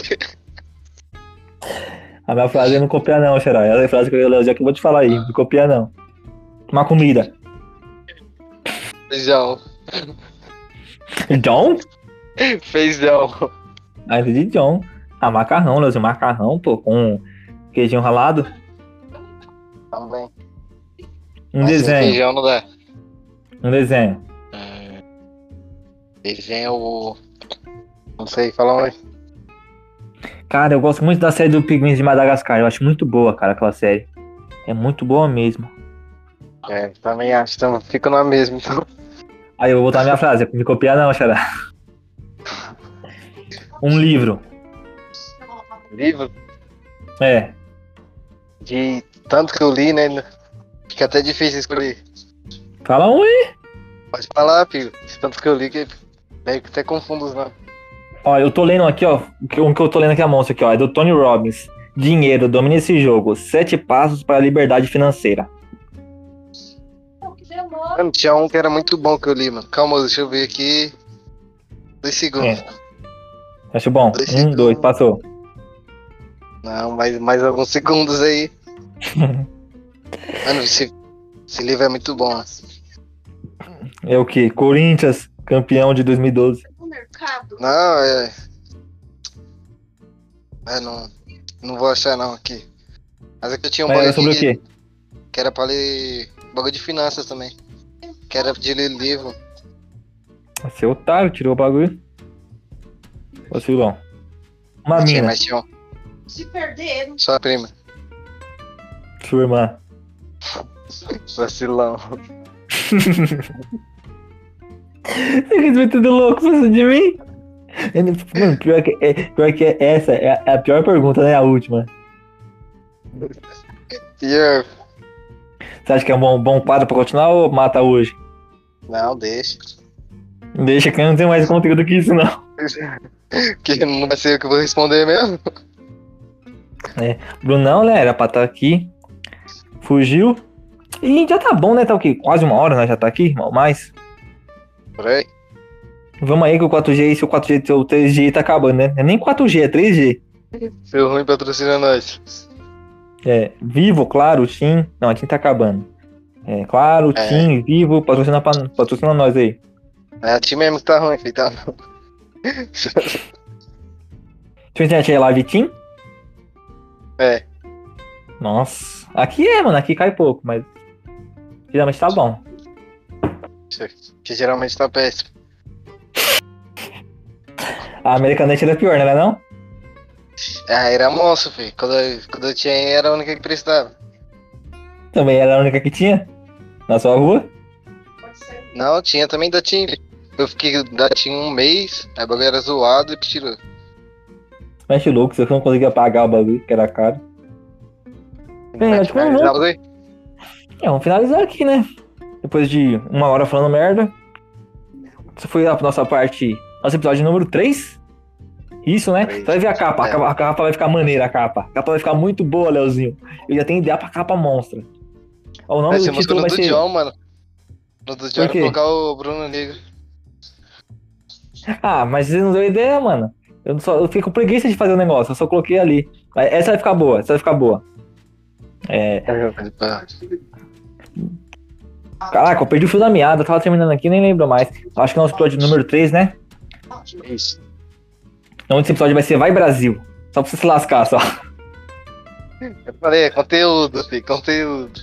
S1: A minha frase eu não copia, não, Xerá. Essa é a frase que eu, já que eu vou te falar aí. Não copia, não. Uma comida.
S2: Feijão.
S1: John?
S2: Feijão.
S1: Ah, entendi, John. Ah, macarrão, Leozinho. Macarrão, pô, com queijinho ralado.
S2: Também.
S1: Um
S2: Mas sem
S1: desenho.
S2: Feijão não dá.
S1: Um desenho.
S2: Desenho é o. Não sei, fala um.
S1: Cara, eu gosto muito da série do Pinguins de Madagascar. Eu acho muito boa, cara, aquela série. É muito boa mesmo.
S2: É, também acho, então fica na mesma. Então.
S1: Aí eu vou botar a minha frase. é Me copiar não, Xará. Um livro.
S2: Livro
S1: É.
S2: de tanto que eu li, né? Fica até difícil escolher.
S1: Fala um aí.
S2: Pode falar, filho. De tanto que eu li que meio que até confundo os nomes.
S1: Ó, eu tô lendo aqui, ó. O que, o que eu tô lendo aqui a monstro aqui, ó. É do Tony Robbins. Dinheiro, domina esse jogo. Sete passos para a liberdade financeira.
S2: Mano, tinha um que era muito bom que eu li, mano. Calma, deixa eu ver aqui. Dois segundos.
S1: É. Acho bom. Um, dois, passou.
S2: Não, mais, mais alguns segundos aí. Mano, esse, esse livro é muito bom.
S1: É o que? Corinthians, campeão de 2012.
S5: No mercado.
S2: Não, é. É, não. Não vou achar não aqui. Mas é que eu tinha um
S1: Mas é
S2: bagulho
S1: sobre o
S2: que-
S1: quê?
S2: Que era pra ler. Bagulho de finanças também. Que era de ler livro.
S1: Você é otário, tirou o bagulho. Vacilão. Uma
S2: Não tinha,
S1: Ah, mina,
S2: mas tinha um.
S5: Se perder, não
S2: Sua prima.
S1: sua irmã.
S2: Vacilão.
S1: Você quis ver tudo louco pra cima de mim? Eu não- Mano, pior que, é- pior que essa é a- é a pior pergunta, né? A última.
S2: E eu.
S1: Você acha que é um bom, bom quadro pra continuar ou mata hoje?
S2: Não, deixa.
S1: Deixa que eu não tenho mais conteúdo que isso, não.
S2: Porque não vai ser eu que vou responder mesmo.
S1: Brunão, né? Era pra estar aqui. Fugiu. E já tá bom, né? Tá o quê? Quase uma hora, né? Já tá aqui, mal mais.
S2: Por aí.
S1: Vamos aí que o 4G, se o 4G, o 3G tá acabando, né? É nem 4G, é 3G.
S2: Seu ruim patrocina nós.
S1: É, vivo, claro, Tim. Não, a Tim tá acabando. É, claro,
S2: É.
S1: Tim, vivo, patrocina, pra- patrocina nós aí.
S2: É a ti mesmo que tá ruim, filho. Tá?
S1: Sua internet é live team?
S2: É.
S1: Nossa. Aqui é, mano. Aqui cai pouco, mas. Geralmente tá bom.
S2: Que geralmente tá péssimo.
S1: A Americanet era pior, não era não?
S2: Ah, era monstro, filho. Quando eu, quando eu tinha era a única que prestava.
S1: Também era a única que tinha? Na sua rua?
S5: Pode ser.
S2: Não, tinha também da TIM. Eu fiquei da TIM um mês, aí o bagulho era zoado e tirou.
S1: Mexe louco, se eu não conseguia pagar o bagulho, que era caro. Bem,
S2: Vai
S1: acho que eu
S2: finalizar o bagulho?
S1: É, vamos finalizar aqui, né? Depois de uma hora falando merda. Essa foi a nossa parte. Nosso episódio número 3. Isso, né?
S2: Três.
S1: Você vai ver a capa. A
S2: É.
S1: capa, a capa vai ficar maneira, a capa. A capa vai ficar muito boa, Leozinho. Eu já tenho ideia pra capa monstra. O nome
S2: Vai ser
S1: do
S2: música é
S1: título
S2: no
S1: vai
S2: do
S1: ser.
S2: John, mano. No do John
S1: Por quê?
S2: colocar o Bruno Negro.
S1: Ah, mas você não deu ideia, mano. Eu, não só, eu fico com preguiça de fazer o negócio, eu só coloquei ali. Mas essa vai ficar boa, essa vai ficar boa. É,
S2: Ah,
S1: caraca, eu perdi o fio da meada, eu tava terminando aqui, nem lembro mais. Acho que é o nosso episódio número 3, né?
S2: Isso.
S1: O nome desse episódio vai ser Vai Brasil. Só pra você se lascar, só.
S2: Eu falei, é conteúdo, filho, conteúdo.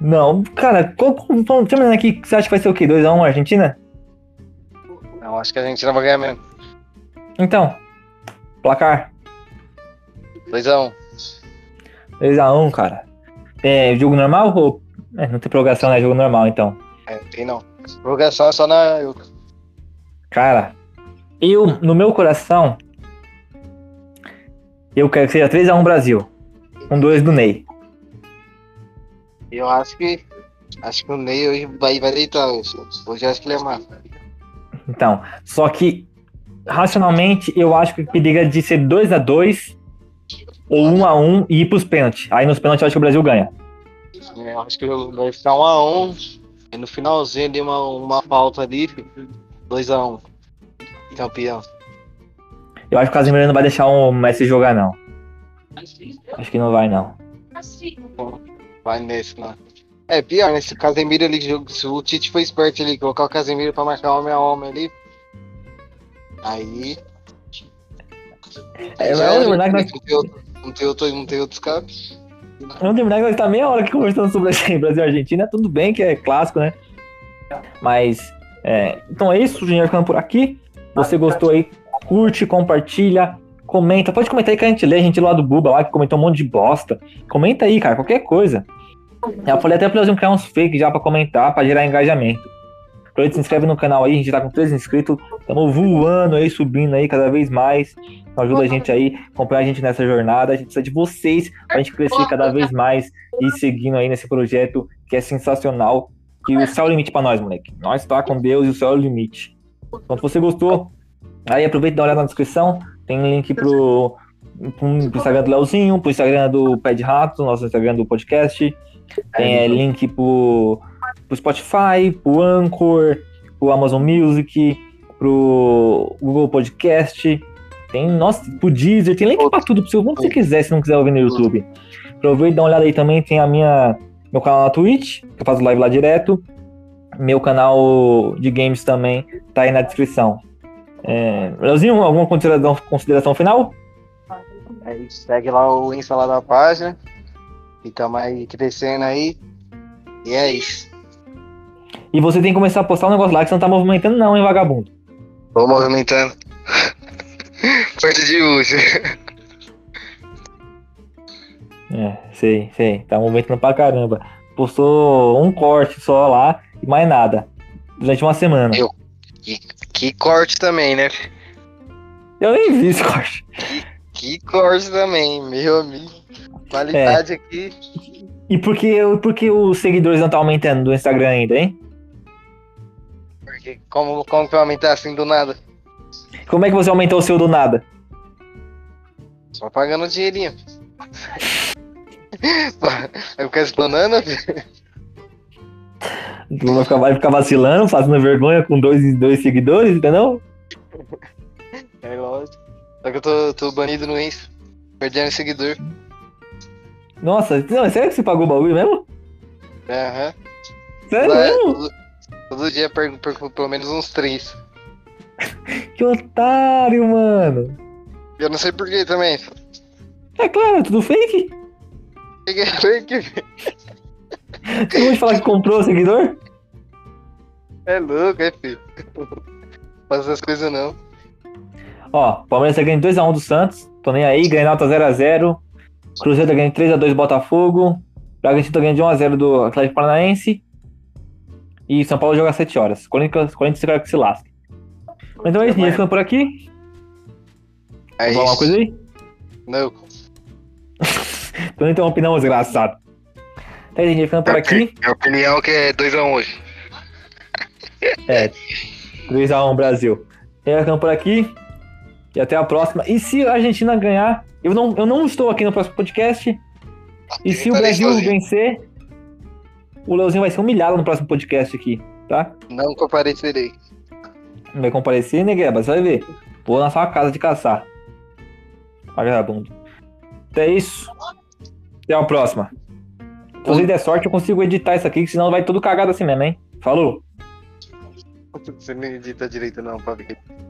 S1: Não, cara, qual- qual- vamos terminando aqui, você acha que vai ser o quê? 2x1 Argentina?
S2: Não, acho que a Argentina vai ganhar mesmo.
S1: Então, placar
S2: 2x1.
S1: 2x1, cara. É jogo normal ou... É, não tem prorrogação, né? Jogo normal, então.
S2: É, tem não. Prorrogação é só na.
S1: Cara, eu, no meu coração, eu quero que seja 3x1 Brasil. Um 2 do Ney.
S2: Eu acho que. Acho que o Ney hoje vai, vai deitar hoje. Hoje eu acho que ele é má.
S1: Então, só que, racionalmente, eu acho que periga de ser 2x2 ou 1x1 e ir pros pênaltis. Aí nos pênaltis eu acho que o Brasil ganha.
S2: É, Eu acho que vai ficar 1x1. E É no finalzinho de uma, uma falta ali, 2x1. Campeão.
S1: Eu acho que o Casemiro não vai deixar o Messi jogar, não. Acho que não vai, não.
S5: Assim.
S2: Vai nesse, mano. É pior, né? Se o Casemiro ali, jogo- se o Tite foi esperto ali, colocar o Casemiro pra marcar homem a homem ali. Aí.
S1: É,
S2: Já
S1: mas
S2: era,
S1: lembrar que
S2: né?
S1: nós-
S2: não, tem outro, não tem outro, não tem outro escape.
S1: Não terminar que nós tá meia hora aqui conversando sobre esse Brasil e Argentina. Tudo bem que é clássico, né? Mas, é, então é isso, Junior ficando por aqui. Você gostou aí, curte, compartilha, comenta. Pode comentar aí que a gente lê, a gente lê lá do Buba lá, que comentou um monte de bosta. Comenta aí, cara, qualquer coisa. É, Eu falei até pra eles criar uns fakes já pra comentar, pra gerar engajamento. Aproveita e se inscreve no canal aí, a gente tá com 13 inscritos. Tamo voando aí, subindo aí cada vez mais. Então Ajuda a gente aí, acompanha a gente nessa jornada. A gente precisa de vocês pra gente crescer cada vez mais e seguindo aí nesse projeto que é sensacional. Que o céu é o limite pra nós, moleque. Nós tá com Deus e o céu é o limite. Então, se você gostou, aí aproveita e dá uma olhada na descrição. Tem link pro, pro, pro Instagram do Leozinho, pro Instagram do Pé de Rato, nosso Instagram do podcast. Tem é, link pro, pro Spotify, pro Anchor, pro Amazon Music, pro Google Podcast. Tem, nossa, pro Deezer, tem link pra tudo, pro seu, onde você quiser, se não quiser ouvir no YouTube. Aproveita e dá uma olhada aí também, tem a minha, meu canal na Twitch, que eu faço live lá direto. Meu canal de games também tá aí na descrição. É, Leozinho, alguma consideração, consideração final?
S2: Aí segue lá o Insta lá da página. Fica mais crescendo aí. E é isso.
S1: E você tem que começar a postar um negócio lá que você não tá movimentando, não, hein, vagabundo.
S2: Vou movimentando. Forte de uso.
S1: É, sei, sei. Tá movimentando pra caramba. Postou um corte só lá e mais nada. Durante uma semana.
S2: Eu- Que corte também, né?
S1: Eu nem vi esse corte.
S2: Que corte também, meu amigo. Qualidade aqui.
S1: E por que, por que os seguidores não estão aumentando do Instagram ainda, hein?
S2: Porque como, como que eu aumentar assim do nada?
S1: Como é que você aumentou o seu do nada?
S2: Só pagando o dinheirinho. É Eu ficar explanando, filho.
S1: Vai ficar, vai ficar vacilando, fazendo vergonha com dois, dois seguidores, entendeu?
S2: é lógico. Só que eu tô, tô banido no Insta. Perdendo seguidor.
S1: Nossa, não, sério que você pagou o bagulho mesmo?
S2: Aham. é
S1: Sério
S2: Lá é
S1: mesmo?
S2: todo, todo dia eu perco, perco pelo menos uns três.
S1: Que otário, mano.
S2: Eu não sei porquê também.
S1: É claro, é tudo fake.
S2: Peguei fake.
S1: Tu não vai falar que comprou o seguidor?
S2: É louco, é filho. Faz essas coisas não.
S1: Ó, Palmeiras tá ganhando 2x1 do Santos. Tô nem aí, Grenal tá 0x0. Cruzeiro tá ganhando 3x2 do Botafogo. Bragantino tá ganhando de 1x0 do Atlético Paranaense. E São Paulo joga às 7 horas. Corinthians, Corinthians eu quero que se lasque. Então é isso, gente. Ficando por aqui.
S2: É
S1: Falar uma coisa aí? Então,
S2: Não.
S1: Tô nem interrompendo, não, desgraçado. Tá aí, gente. Ficando por aqui.
S2: Minha opinião que é 2x1 hoje.
S1: 3x1 Brasil. É, ficando por aqui. E até a próxima. E se a Argentina ganhar, eu não, eu não estou aqui no próximo podcast. E se o
S2: Tá
S1: Brasil
S2: sozinho.
S1: vencer, o Leozinho vai ser humilhado no próximo podcast aqui, tá?
S2: Não comparecerei.
S1: Não vai comparecer, né, Gueba? Você vai ver. Vou na sua casa de caçar. Vagabundo. Até isso. Até a próxima. Se você der sorte, eu consigo editar isso aqui, que senão vai tudo cagado assim mesmo, hein? Falou!
S2: Você não edita direito não, Pavi.